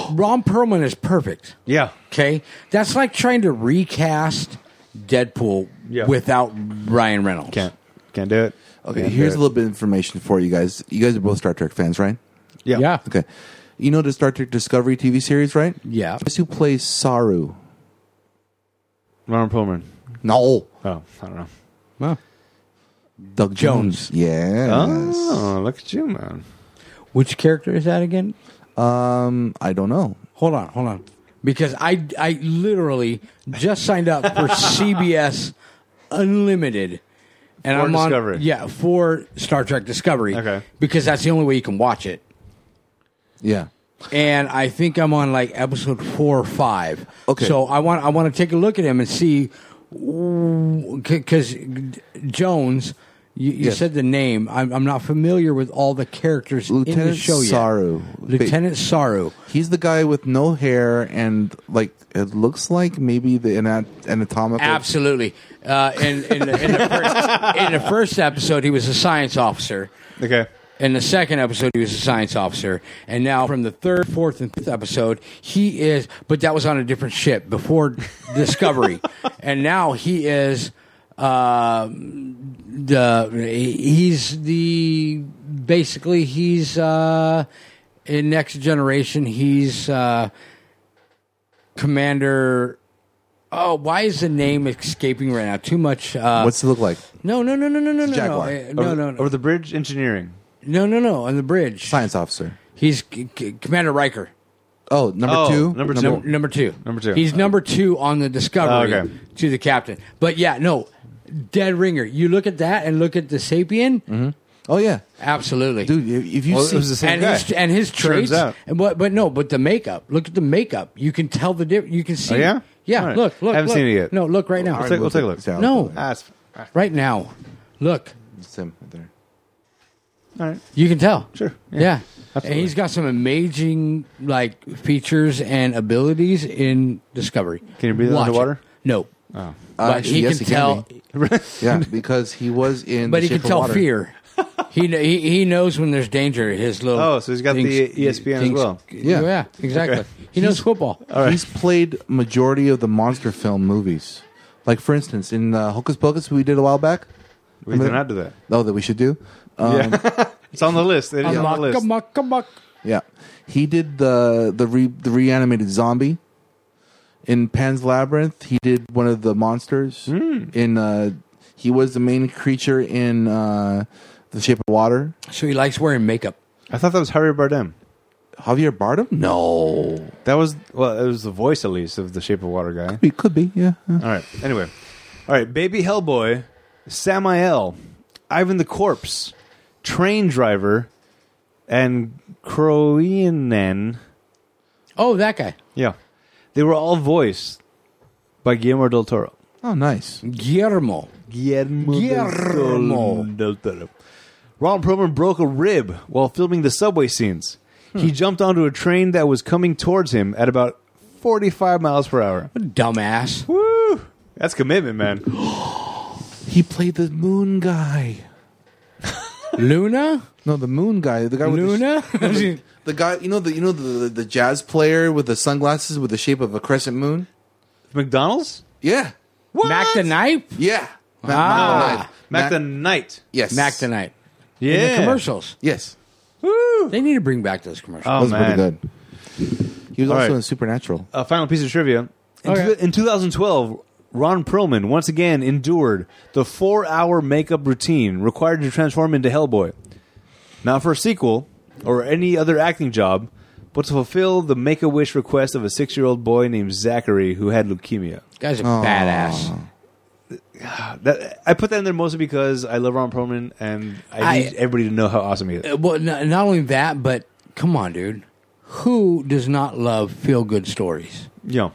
B: Ron Perlman is perfect.
A: Yeah.
B: Okay? That's like trying to recast Deadpool
A: Yeah.
B: without Ryan Reynolds.
A: Can't can't do it.
C: Okay,
A: Can't
C: here's
A: do
C: a
A: it.
C: little bit of information for you guys. You guys are both Star Trek fans, right?
A: Yeah.
B: Yeah.
C: Okay. You know the Star Trek Discovery TV series, right?
B: Yeah.
C: Guess who plays Saru?
A: Ron Perlman.
C: No.
A: Oh, I don't know.
B: Wow.
C: Doug
B: Jones.
C: Jones. Yes.
A: Oh, look at you, man.
B: Which character is that again?
C: Um, I don't know.
B: Hold on, hold on. Because I, I literally just signed up for CBS Unlimited. And
A: For
B: I'm
A: Discovery.
B: on yeah for Star Trek Discovery.
A: Okay.
B: Because that's the only way you can watch it.
C: Yeah.
B: And I think I'm on like episode four or five.
C: Okay.
B: So I want I want to take a look at him and see because Jones, you, you
C: Yes.
B: said the name. I'm, I'm not familiar with all the characters in the
C: Lieutenant
B: show yet.
C: Saru.
B: Lieutenant Saru.
C: He's the guy with no hair and like it looks like maybe the anat- anatomical.
B: Absolutely. Uh, in, in, the, in, the first, in the first episode, he was a science officer.
A: Okay.
B: In the second episode, he was a science officer. And now from the third, fourth, and fifth episode, he is, but that was on a different ship before Discovery. and now he is uh, the, he's the, basically, he's uh, in Next Generation, he's uh, Commander. Oh, why is the name escaping right now? Too much. Uh,
C: What's it look like?
B: no, no, no, no, no, no, no, no,
C: Jaguar.
B: Uh, no,
A: over,
B: no, no.
A: Over the bridge engineering.
B: No, no, no. On the bridge.
C: Science officer.
B: He's C- C- Commander Riker.
C: Oh, number
A: Oh,
C: two.
A: number two.
B: Num- number two.
A: Number two.
B: He's number two on the Discovery
A: Oh, okay.
B: to the captain. But yeah, no. Dead ringer. You look at that and look at the Sapien.
C: Oh yeah,
B: Absolutely,
C: dude. If if you
A: Well, Oh, it
C: see,
A: was the Mm-hmm. same-
B: And
A: guy.
B: his and his
A: Turns
B: traits.
A: out.
B: And but but no. But the makeup. Look at the makeup. You can tell the difference. You can see.
A: Oh, yeah?
B: Yeah.
A: All right.
B: Look. Look.
A: Haven't
B: look.
A: seen it yet.
B: No. Look right now.
A: We'll take, we'll take a look.
C: Down.
B: No.
A: Ah, it's- all
B: Right now. Look.
C: It's him right there.
A: right.
B: You can tell.
A: Sure. Yeah.
B: Yeah. And he's got some amazing like features and abilities in Discovery.
A: Can you breathe
B: Watch
A: underwater?
B: it. No.
A: Oh.
B: But
C: actually,
B: he can
C: yes, he can
B: tell
C: be. Yeah, because he was in.
B: but
C: The
B: he can
C: Shape of
B: tell
C: Water.
B: fear. he, kn- he he knows when there's danger. His little
A: Oh, so he's got the ESPN as well.
B: Yeah, yeah, exactly.
A: Okay.
B: He knows football.
C: He's played majority of the monster film movies. Like for instance, in uh, Hocus Pocus, we did a while back.
A: We did not do that.
C: Oh, that we should do. Um, yeah.
A: yeah. it's on the list. It is on the
B: Amok,
A: list.
B: amok, amok.
C: he did the the re, the reanimated zombie in Pan's Labyrinth. He did one of the monsters in. Uh, he was the main creature in uh, The Shape of Water.
B: So he likes wearing makeup.
A: I thought that was Harry Bardem.
C: Javier Bardem? No,
A: That was well, it was the voice at least of the Shape of Water guy.
C: he could be. Yeah.
A: All right. Anyway, all right. Baby Hellboy, Samael, Ivan the Corpse, Train Driver, and Croenen.
B: Oh, that guy,
A: Yeah, they were all voiced by Guillermo del Toro.
C: Oh, nice.
B: Guillermo.
A: Guillermo, del
B: Guillermo.
A: Toro- del Toro. Ron Perlman broke a rib while filming the subway scenes. He jumped onto a train that was coming towards him at about 45 miles per hour.
B: Dumbass.
A: Woo! That's commitment, man.
C: He played the moon guy.
B: Luna?
C: No, the moon guy. The guy with the-
B: Luna?
C: The guy, you know the you know the, the the jazz player with the sunglasses with the shape of a crescent moon.
A: McDonald's?
C: Yeah,
A: What?
B: Mac the Knife?
C: yeah. Ma-
B: Ah.
C: Mac
A: Mac the
C: the Knight. Ma-
A: Knight.
C: yes,
B: Mac the Knife.
A: Yeah.
B: In the commercials.
C: Yes,
A: Woo!
B: They need to bring back those commercials.
A: Oh,
C: that was
A: man.
C: pretty good. He was
A: All
C: also
A: right.
C: in Supernatural.
A: A final piece of trivia. In,
B: Okay.
A: two- in 2012, Ron Perlman once again endured the four-hour makeup routine required to transform into Hellboy. Not for a sequel or any other acting job, but to fulfill the make-a-wish request of a six-year-old boy named Zachary who had leukemia.
B: Guy's a badass.
A: That, I put that in there mostly because I love Ron Perlman and I,
B: I-
A: need everybody to know how awesome he is.
B: Uh, Well, n- not only that, but come on, dude. Who does not love feel good stories?
A: Yeah.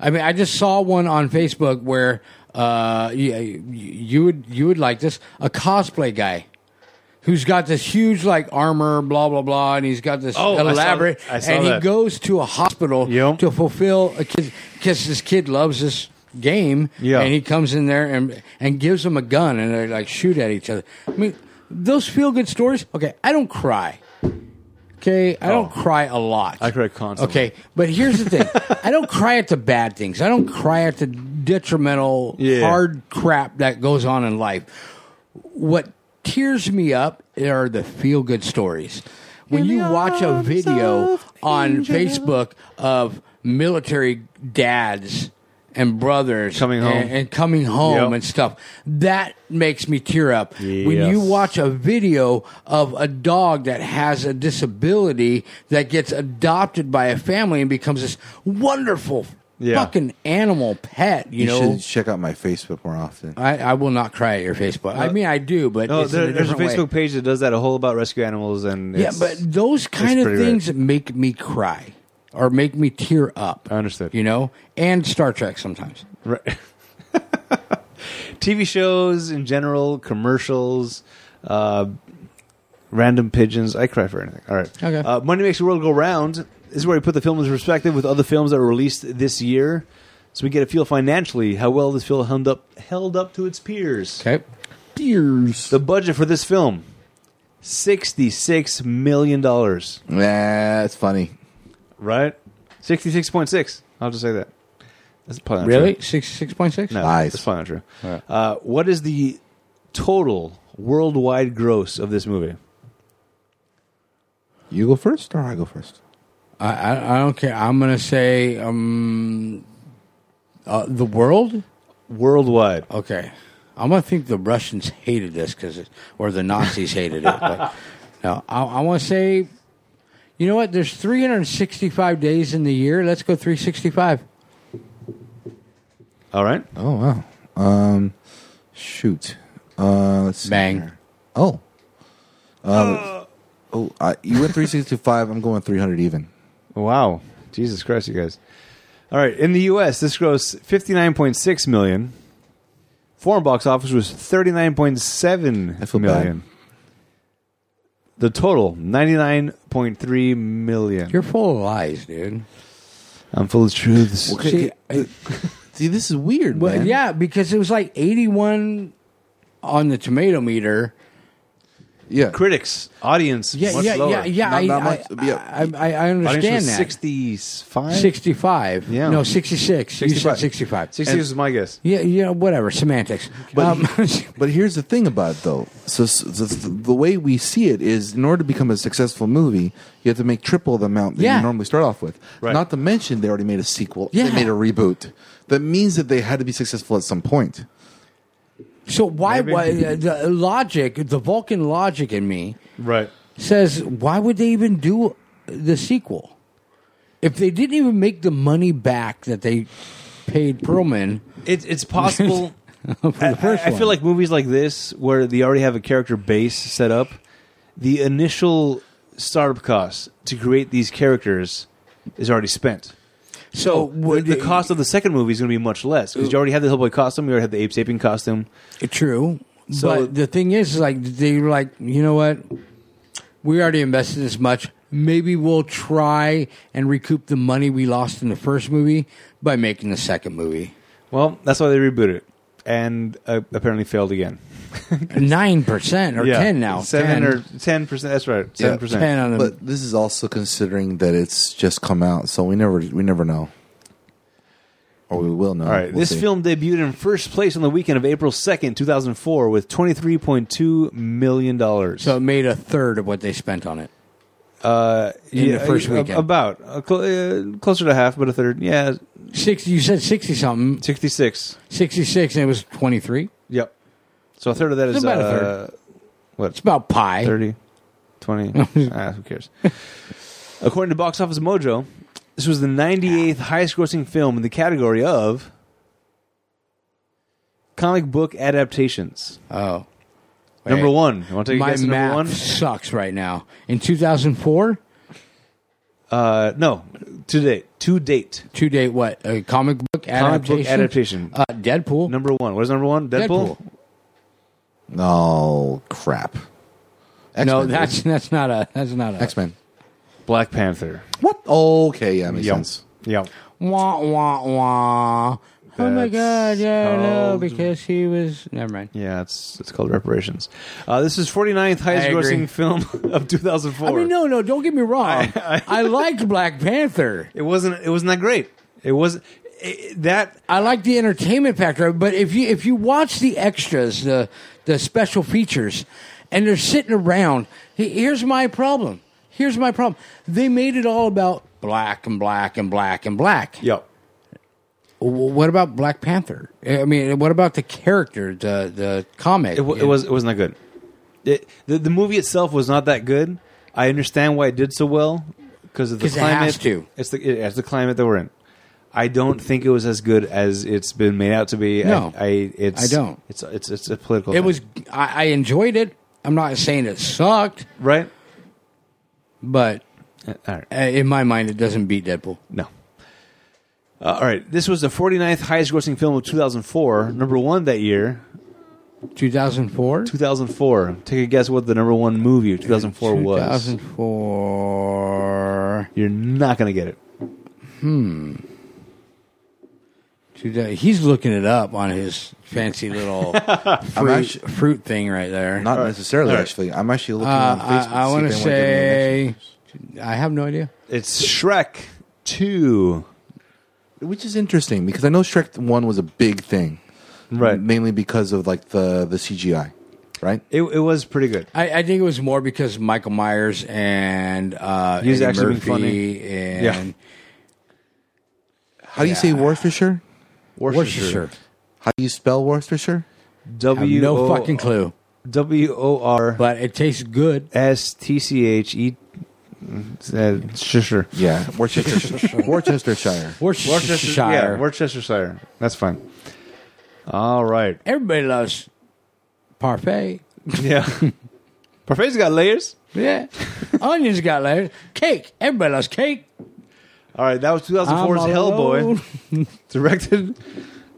B: I mean, I just saw one on Facebook where uh, you, you would you would like this a cosplay guy who's got this huge like armor, blah blah blah, and he's got this
A: Oh, I saw-
B: elaborate,
A: I saw
B: and he
A: that.
B: goes to a hospital
A: Yep.
B: to fulfill a kid because this kid loves this game,
A: Yeah.
B: and he comes in there and and gives them a gun, and they like shoot at each other. I mean, those feel good stories. Okay, I don't cry. Okay, I don't
A: Oh.
B: cry a lot.
A: I cry constantly.
B: Okay, but here's the thing: I don't cry at the bad things. I don't cry at the detrimental,
A: Yeah.
B: hard crap that goes on in life. What tears me up are the feel good stories. When
A: In
B: you
A: the
B: watch a
A: arms
B: video
A: of
B: on
A: angel.
B: Facebook of military dads and brothers
A: Coming home.
B: and, and coming home
A: Yep.
B: and stuff, that makes me tear up. When you
A: Yes.
B: watch watch a video of a dog that has a disability that gets adopted by a family and becomes this wonderful
A: Yeah.
B: fucking animal pet, you,
C: You,
B: know.
C: should check out my Facebook more often.
B: I, I will not cry at your Facebook. I mean, I do, but
A: Uh, No,
B: it's
A: there-
B: in a
A: there's a
B: different
A: Facebook
B: Way.
A: page that does that a whole about rescue animals and
B: Yeah,
A: it's-
B: but those kind of
A: pretty rare.
B: things make me cry or make me tear up.
A: I understood.
B: You know, and Star Trek sometimes.
A: Right. TV shows in general, commercials, uh, random pigeons. I cry for anything. All right.
B: Okay.
A: Uh, Money makes the world go round. This is where we put the film into perspective with other films that were released this year, so we get a feel financially how well this film held up held up to its peers.
B: Okay.
C: Tears.
A: The budget for this film. Sixty-six million dollars,
C: Nah, it's funny.
A: right? Sixty-six point six. I'll just say that. That's probably not true.
B: Really? Six six point six?
A: No,
C: Lies.
A: that's probably not true. Uh, what is the total worldwide gross of this movie?
C: You go first, or I go first?
B: I, I I don't care. I'm gonna say um uh, the world?
A: Worldwide.
B: Okay, I'm gonna think the Russians hated this because, or the Nazis hated it. But no, I, I want to say, you know what? There's 365 days in the year. Let's go 365.
A: All right.
C: Oh wow. Um, shoot. Uh, let's see
B: Bang.
C: here. Oh. Uh, oh, I, you went three sixty five. I'm going three hundred even.
A: Wow. Jesus Christ, you guys. All right. In the U.S., this grossed 59.6 million. Foreign box office was 39.7
C: I feel
A: million. The total 99.3 million.
B: You're full of lies, dude.
A: I'm full of truths.
C: Okay,
B: See,
C: okay. See, this is weird,
B: Well,
C: man.
B: yeah, because it was like 81 on the tomato meter.
C: yeah.
A: Critics, audience,
B: Yeah,
A: much
B: yeah,
A: lower.
B: yeah, yeah.
C: Not-
B: I,
C: not
B: I-
C: much, yeah.
B: I, I, I
A: Audience
B: understand
A: was
B: that.
A: 65.
B: 65.
A: Yeah.
B: No, 66. You said
A: 65.
B: 65.
A: 60 was my guess.
B: Yeah, yeah, whatever. Semantics. um,
C: But here's the thing about it, though. So, so, so the way we see it is, in order to become a successful movie, you have to make triple the amount that
B: Yeah.
C: you normally start off with.
A: Right.
C: Not to mention they already made a sequel.
B: Yeah.
C: They made a reboot. That means that they had to be successful at some point.
B: So why,
A: Maybe.
B: why uh, the logic, the Vulcan logic in me
A: Right.
B: says, why would they even do the sequel if they didn't even make the money back that they paid Perlman?
A: It's it's possible.
B: Oh, For the
A: I,
B: first
A: I- I feel
B: one?
A: like movies like this, where they already have a character base set up, the initial startup cost to create these characters is already spent.
B: so.
A: The,
B: uh, Would
A: the cost of the second movie is going to be much less because you already have the Hellboy costume, you already have the ape sapien costume.
B: true,
A: So-
B: but the thing is, like they were like, you know what? We already invested this much. Maybe we'll try and recoup the money we lost in the first movie by making the second movie.
A: Well, that's why they rebooted it and uh, apparently failed again.
B: Nine percent or ten now.
A: seven
B: 10.
A: or ten percent. That's right, seven
B: ten
A: percent.
B: on the
C: But this is also considering that it's just come out, so we never we never know, or we will know.
A: All right,
C: We'll
A: this
C: see.
A: film debuted in first place on the weekend of April second, two thousand four, with twenty three point two million dollars.
B: So it made a third of what they spent on it.
A: uh,
B: In the first
A: a-
B: weekend.
A: About uh, cl- uh, closer to half, but a third. Yeah,
B: Sixty. You said sixty something.
A: 66.
B: Sixty six, and it was twenty three.
A: Yep. So a third of that is
B: It's about a
A: uh,
B: It's about pi.
A: 30, 20. ah, who cares? According to Box Office Mojo, this was the 98th highest grossing film in the category of comic book adaptations.
B: Oh,
A: Number
B: Wait.
A: one. You want to take a
B: My
A: guess at number
B: math
A: one?
B: sucks right now. In two thousand four,
A: Uh, no, to date. To date.
B: to date, what a comic book
A: Comic
B: adaptation?
A: book adaptation.
B: Uh, Deadpool.
A: Number one. What is number one? Deadpool?
B: Deadpool.
C: Oh crap!
B: No, that's that's not a that's not a
C: X Men.
A: Black Panther.
C: What? Okay, yeah, makes
A: Yep.
C: sense.
A: Yep.
B: wah wah wah. Oh my god!
A: That's
B: Yeah, no,
A: how-
B: because he was. Never mind.
A: Yeah, it's it's called reparations. Uh, this is 49th highest
B: agree.
A: grossing film of 2004.
B: I mean, no, no. Don't get me wrong. I, liked Black Panther.
A: It wasn't. It wasn't that great. It was it, that.
B: I like the entertainment factor, but if you if you watch the extras, the the special features, and they're sitting around, he- here's my problem. Here's my problem. They made it all about black and black and black and black.
A: Yep.
B: W- What about Black Panther? I mean, what about the character, the the comic?
A: It, wa- it was. It wasn't that good. It, the, the movie itself was not that good. I understand why it did so well because of the
B: 'Cause it
A: climate.
B: has to.
A: It's the it- it's the climate that we're in. I don't think it was as good as it's been made out to be. I-
B: No.
A: I, it's,
B: I don't.
A: It's it's it's a political.
B: It
A: thing.
B: was. I, I enjoyed it. I'm not saying it sucked,
A: right.
B: but
A: Uh, All right.
B: uh, in my mind, it doesn't beat Deadpool.
A: No. Uh, all right. This was the 49th highest grossing film of 2004. Number one that year,
B: 2004.
A: 2004. Take a guess what the number one movie of 2004 was.
B: 2004.
A: You're not going to get it.
B: Today, he's looking it up on his fancy little
C: I'm
B: fruit,
C: actu-
B: fruit thing right there.
C: not
A: right.
C: necessarily.
A: All right.
C: Actually, I'm actually
B: uh,
C: looking on
B: I,
C: Facebook.
B: I want to
C: see if anyone gave me an extra-
B: say, I have no idea.
A: It's Shrek 2.
C: which is interesting because I know Shrek One was a big thing,
A: Right.
B: Mm.
C: Mainly because of like the the CGI, right?
A: It, it was pretty good.
B: I, I think it was more because Michael Myers and uh,
A: He's
B: Eddie
A: actually been
B: Murphy and
A: Yeah.
C: How do you say Worcestershire?
B: Worcestershire.
C: How do you spell
B: I
C: Worcestershire?
B: have
A: W
B: no
A: O-
B: fucking clue,
A: W O R
B: but it tastes good.
A: S T C H E. uh, Sure.
C: Yeah, Worcestershire. Worcestershire.
B: Worcestershire.
A: Yeah, Worcestershire. That's fine. All right.
B: Everybody loves parfait.
A: Yeah. Parfait got layers.
B: Yeah, onions got layers. Cake. Everybody loves cake.
A: All right. That was
B: I'm
A: 2004's
B: all
A: Hellboy.
B: alone.
A: directed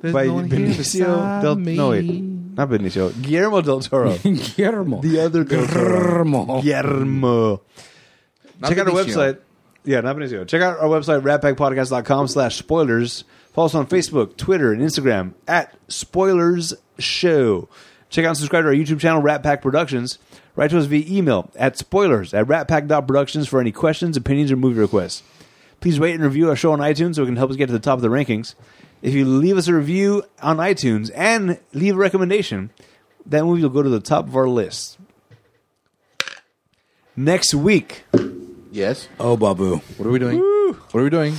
A: by
C: no one here
A: Benicio
C: beside
A: del
C: me.
A: No, wait, not Benicio. Guillermo del Toro.
B: Guillermo.
A: the other del Toro.
B: Guillermo.
A: Guillermo.
C: Not
A: Check out our
C: Benicio.
A: website. Yeah, not Benicio. Check out our website, ratpackpodcast.com slash spoilers. Follow us on Facebook, Twitter, and Instagram at Spoilers Show. Check out and subscribe to our YouTube channel, Rat Pack Productions. Write to us via email at spoilers at ratpack.productions for any questions, opinions, or movie requests. Please rate and review our show on iTunes so it can help us get to the top of the rankings. If you leave us a review on iTunes and leave a recommendation, that movie will go to the top of our list. Next week,
C: Yes.
B: Oh, Babu.
C: What are we doing? What are we doing?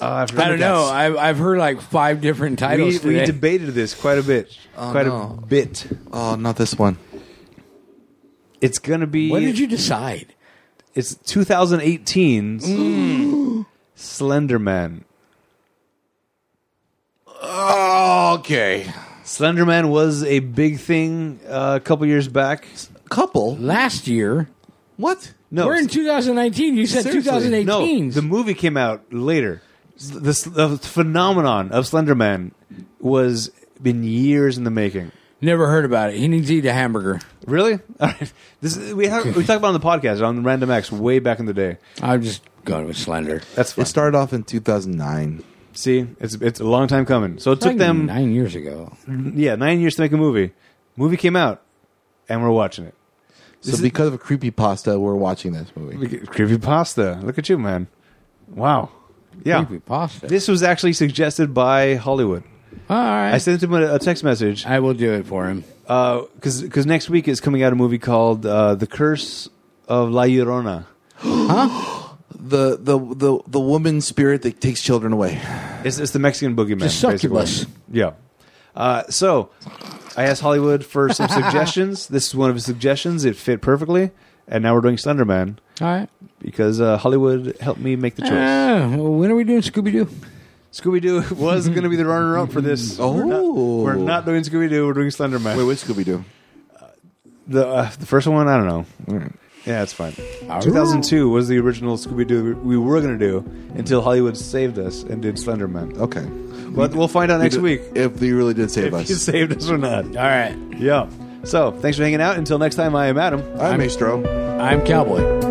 A: Uh,
B: I don't know. Oh, I've, I've heard like five different titles
A: We, we
B: today.
A: debated this quite a bit.
C: Oh,
A: quite
C: no.
A: a bit.
C: Oh, not this one.
A: It's going to be.
B: what did you decide?
A: It's 2018's Slender Man.
C: Oh, okay.
A: Slender Man was a big thing uh, a couple years back.
C: Couple.
B: Last year,
C: What?
A: No,
B: we're in 2019. You said
C: Seriously.
B: 2018.
A: No, the movie came out later. The, the, the phenomenon of Slender Man was been years in the making.
B: Never heard about it. He needs to eat a hamburger.
A: Really? All right. This is- we have, we talked about it on the podcast on Random X way back in the day.
B: I'm just going with Slender.
A: That's fine.
C: It started off in 2009.
A: See, it's it's a long time coming. So it took
B: Like
A: them
B: nine years ago.
A: yeah, nine years to make a movie. Movie came out, and we're watching it.
C: So
A: This is-
C: because of a creepy pasta, we're watching this movie.
A: Creepy pasta. Look at you, man. Wow. Yeah.
B: Creepy pasta.
A: This was actually suggested by Hollywood.
B: All right.
A: I sent him a a text message
B: I will do it for him.
A: because because next week is coming out a movie called uh, The Curse of La Llorona.
C: The the the the woman spirit that takes children away.
A: It's, it's the Mexican boogeyman.
B: It's a
A: basically.
B: succubus.
A: Yeah. Uh, so I asked Hollywood for some suggestions. This is one of his suggestions. It fit perfectly. And now we're doing Slenderman
B: All right.
A: because uh, Hollywood helped me make the choice.
B: Ah, well, when are we doing Scooby Doo?
A: Scooby Doo was going to be the runner up for this. We're not,
C: Oh.
A: we're not doing Scooby Doo. We're doing Slenderman.
C: Wait, what's Scooby Doo?
A: The, uh, the first one, I don't know. Yeah, it's fine.
B: All
A: 2002 was the original Scooby Doo we were going to do until Hollywood saved us and did Slenderman.
C: Okay.
A: But we'll find out next week
C: If you really did save
A: if
C: us.
A: you saved us or not.
B: All right.
A: Yeah. So thanks for hanging out. Until next time, I am Adam.
C: I'm Astro.
B: I'm Cowboy.